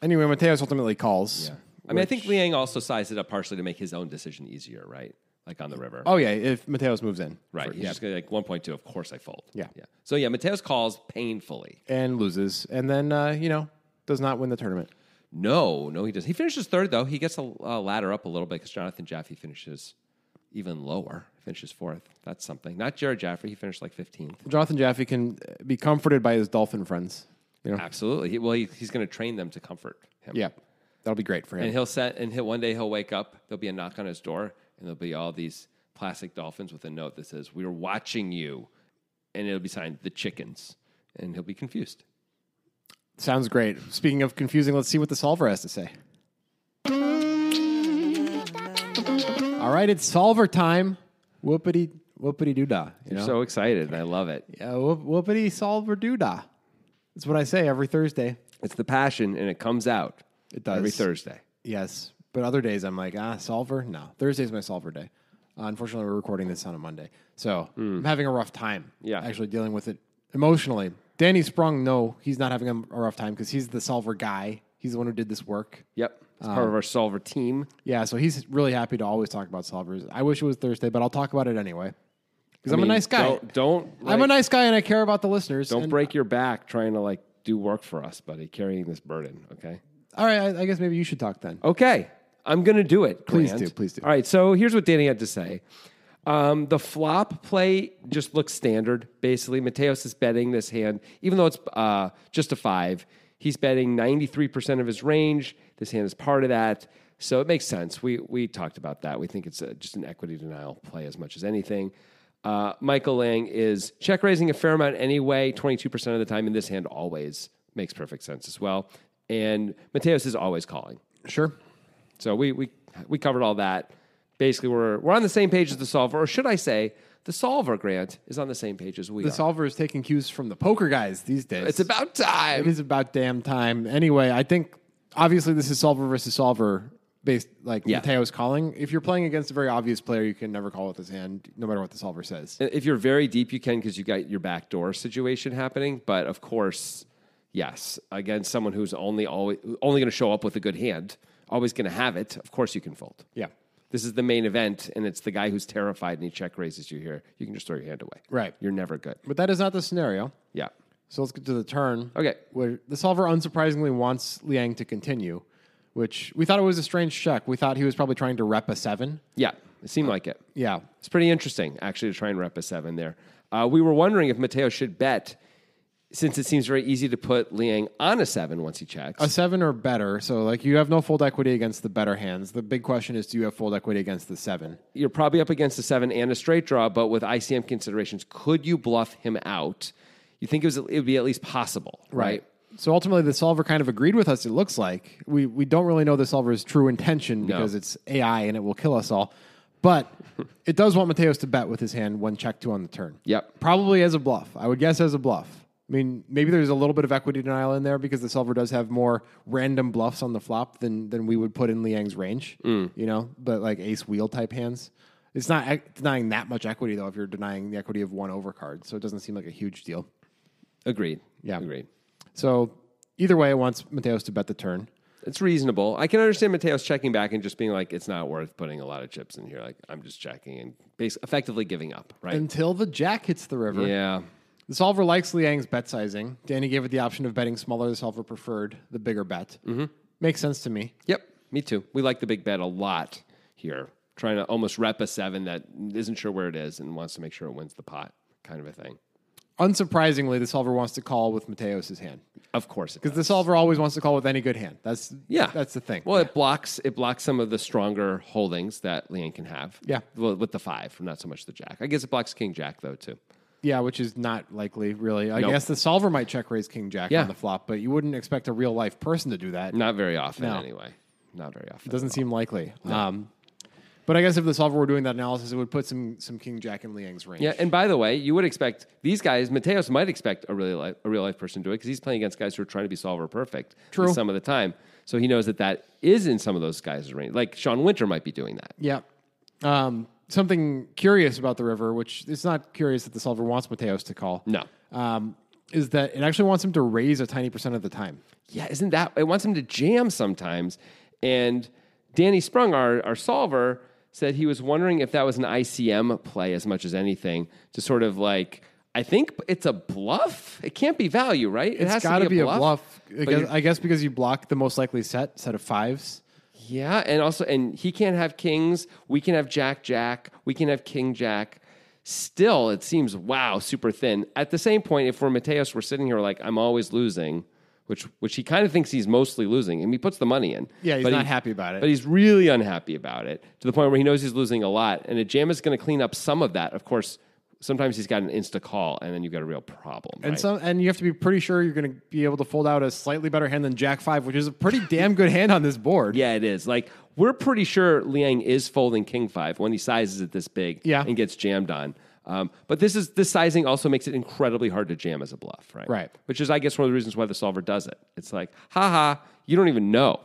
Anyway, Mateos ultimately calls. I mean, I think Liang also sized it up partially to make his own decision easier, right? Like on the river, Oh yeah, if Mateos moves in, right? He's yeah, just gonna like one point two. Of course, I fold. Yeah. yeah. So yeah, Mateos calls painfully. and loses, and then uh, you know does not win the tournament. No, no, he doesn't. He finishes third though. He gets a, a ladder up a little bit because Jonathan Jaffe finishes even lower. Finishes fourth. That's something. Not Jared Jaffe. He finished like fifteenth. Jonathan Jaffe can uh, be comforted by his dolphin friends. You know, Absolutely. He, well, he, he's going to train them to comfort him. yeah, that'll be great for him. And he'll set, and he'll, one day he'll wake up. There'll be a knock on his door, and there'll be all these plastic dolphins with a note that says, "We're watching you," and it'll be signed "The Chickens," and he'll be confused. Sounds great. Speaking of confusing, let's see what the solver has to say. All right, it's solver time. Whoopity whoopity doo dah. You know, So excited! and I love it. yeah, whoop, whoopity solver doo dah. That's what I say every Thursday. It's the passion, and it comes out. It does. every Thursday. Yes, but other days I'm like, ah, solver. No, Thursday's my solver day. Uh, unfortunately, we're recording this on a Monday, so I'm having a rough time. Hmm. Yeah. actually dealing with it emotionally. Danny Sprung, no, he's not having a, a rough time because he's the solver guy. He's the one who did this work. Yep, it's part Um, of our solver team. Yeah, so he's really happy to always talk about solvers. I wish it was Thursday, but I'll talk about it anyway because I'm mean, a nice guy. Don't, don't I'm a like, nice guy and I care about the listeners. don't and- break your back trying to like do work for us, buddy. Carrying this burden, okay? All right, I, I guess maybe you Oh. should talk then. Okay. I'm going to do it. Please Grant. do, please do. All right. So here's what Danny had to say Um, the flop play just looks standard. Basically, Mateos is betting this hand, even though it's uh, just a five. He's betting 93% of his range. This hand is part of that. So it makes sense. We, we talked about that. We think it's uh just an equity denial play as much as anything. Uh, Michael Lang is check raising a fair amount anyway, 22% of the time in this hand, always makes perfect sense as well. And Mateos is always calling. Sure. So we we we covered all that. Basically, we're we're on the same page as the solver, or should I say, the solver Grant is on the same page as we The are. solver is taking cues from the poker guys these days. it's about time. It is about damn time. Anyway, I think obviously this is solver versus solver based like Yeah. Mateo's calling. If you're playing against a very obvious player, you can never call with his hand, no matter what the solver says. if you're very deep, you can because you got your backdoor situation happening. But of course, yes, against someone who's only always only going to show up with a good hand, always going to have it. Of course, you can fold. Yeah. This is the main event, and it's the guy who's terrified and he check raises you here. You can just throw your hand away. Right. You're never good. But that is not the scenario. Yeah. So let's get to the turn. Okay. Where the solver unsurprisingly wants Liang to continue, which we thought it was a strange check. We thought he was probably trying to rep a seven. Yeah. It seemed like it. Yeah. It's pretty interesting, actually, to try and rep a seven there. Uh, we were wondering if Mateo should bet, since it seems very easy to put Liang on a seven once he checks. A seven or better. So like you have no fold equity against the better hands. The big question is do you have fold equity against the seven? You're probably up against a seven and a straight draw, but with ICM considerations, could you bluff him out? You think it, was, it would be at least possible, right? So ultimately, the solver kind of agreed with us. It looks like we we don't really know the solver's true intention because it's AI and it will kill us all. But it does want Mateos to bet with his hand one check two on the turn. Yep. probably as a bluff. I would guess as a bluff. I mean, maybe there's a little bit of equity denial in there because the solver does have more random bluffs on the flop than than we would put in Liang's range. Mm. You know, but like ace wheel type hands. It's not ec- denying that much equity though. If you're denying the equity of one overcard, so it doesn't seem like a huge deal. Agreed. Yeah. Agreed. So either way, it wants Mateos to bet the turn. It's reasonable. I can understand Mateo's checking back and just being like, it's not worth putting a lot of chips in here. Like, I'm just checking and bas- effectively giving up, right? Until the jack hits the river. yeah. The solver likes Liang's bet sizing. Danny gave it the option of betting smaller. The solver preferred the bigger bet. Mm-hmm. Makes sense to me. Yep, me too. We like the big bet a lot here. Trying to almost rep a seven that isn't sure where it is and wants to make sure it wins the pot, kind of a thing. Unsurprisingly, the solver wants to call with Mateos' hand Of course, it because does. the solver always wants to call with any good hand. That's yeah, that's the thing. Well, it blocks it blocks some of the stronger holdings that Leon can have. Yeah. well, with the five, not so much the jack. I guess it blocks King Jack though too. yeah, which is not likely, really. I Nope. guess the solver might check raise King Jack Yeah. on the flop, but you wouldn't expect a real life person to do that. Not very often, No. anyway. Not very often. It doesn't seem likely. Um, but I guess if the solver were doing that analysis, it would put some some King Jack in Liang's range. Yeah, and by the way, you would expect these guys. Mateos might expect a really li- a real life person to do it because he's playing against guys who are trying to be solver perfect. True. Some of the time, so he knows that that is in some of those guys' range. Like Sean Winter might be doing that. Yeah. Um, something curious about the river, which it's not curious that the solver wants Mateos to call. No. Um, is that it actually wants him to raise a tiny percent of the time. Yeah, isn't that? It wants him to jam sometimes. And Danny Sprung, our our solver, said he was wondering if that was an ICM play as much as anything to sort of like. I think it's a bluff. It can't be value, right? It it's has got to be a bluff. I But guess, you're- I guess because you block the most likely set, set of fives. Yeah, and also, and he can't have kings. We can have Jack, Jack. We can have King, Jack. Still, it seems wow, super thin. At the same point, if we're Mateos, we're sitting here like I'm always losing, which which he kind of thinks he's mostly losing, and he puts the money in. Yeah, he's But not happy about it. But he's really unhappy about it to the point where he knows he's losing a lot, and a jam is going to clean up some of that. Of course, sometimes he's got an insta call, and then you've got a real problem. And right? some, and you have to be pretty sure you're going to be able to fold out a slightly better hand than Jack five, which is a pretty damn good hand on this board. Yeah, it is. Like we're pretty sure Liang is folding King Five when he sizes it this big Yeah. and gets jammed on. Um, but this is this sizing also makes it incredibly hard to jam as a bluff, right? Right. Which is, I guess, one of the reasons why the solver does it. It's like, haha, you don't even know.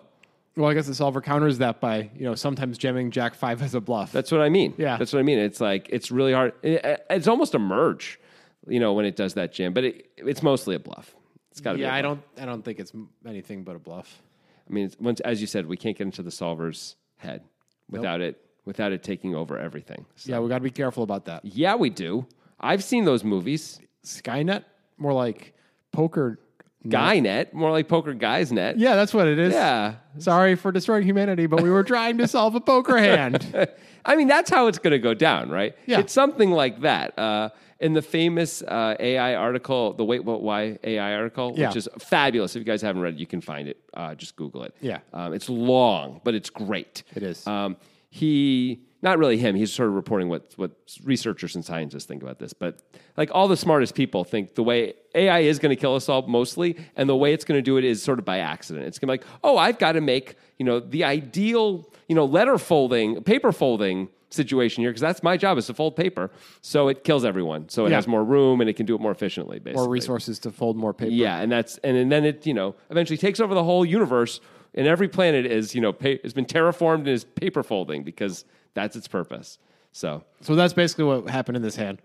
Well, I guess the solver counters that by you know sometimes jamming Jack five as a bluff. That's what I mean. Yeah. That's what I mean. It's like it's really hard. It- it's almost a merge, you know, when it does that jam. But it, it's mostly a bluff. It's got to be. a yeah, I bluff. don't I don't think it's m- anything but a bluff. I mean, it's, once as you said, we can't get into the solver's head without it without it taking over everything. So, Yeah, we got to be careful about that. yeah, we do. I've seen those movies. Skynet, more like poker Guy net, more like poker guys net. Yeah, that's what it is. Yeah. Sorry for destroying humanity, but we were trying to solve a poker hand. I mean, that's how it's going to go down, right? Yeah. It's something like that. Uh, in the famous uh, AI article, the Wait What Why AI article, Yeah. which is fabulous. If you guys haven't read it, you can find it. Uh, just Google it. Yeah. Um, it's long, but it's great. It is. Um, he, not really him, he's sort of reporting what, what researchers and scientists think about this, but like all the smartest people think the way AI is going to kill us all mostly, and the way it's going to do it is sort of by accident. It's going to be like, oh, I've got to make, you know, the ideal, you know, letter folding, paper folding situation here, because that's my job is to fold paper. So it kills everyone. So it Yeah. has more room and it can do it more efficiently, basically. More resources to fold more paper. Yeah, and that's and, and then it you know eventually takes over the whole universe, and every planet is you know pa- has been terraformed and is paper folding because that's its purpose. So So that's basically what happened in this hand.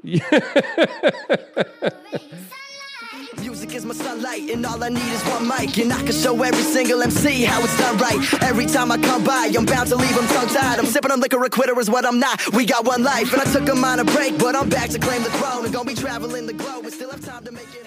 Music is my sunlight, and all I need is one mic. And I can show every single MC how it's done right. Every time I come by, I'm bound to leave them tongue tied. I'm sipping on liquor, a quitter is what I'm not. We got one life, and I took a minor break, but I'm back to claim the throne. And gonna be traveling the globe, and still have time to make it.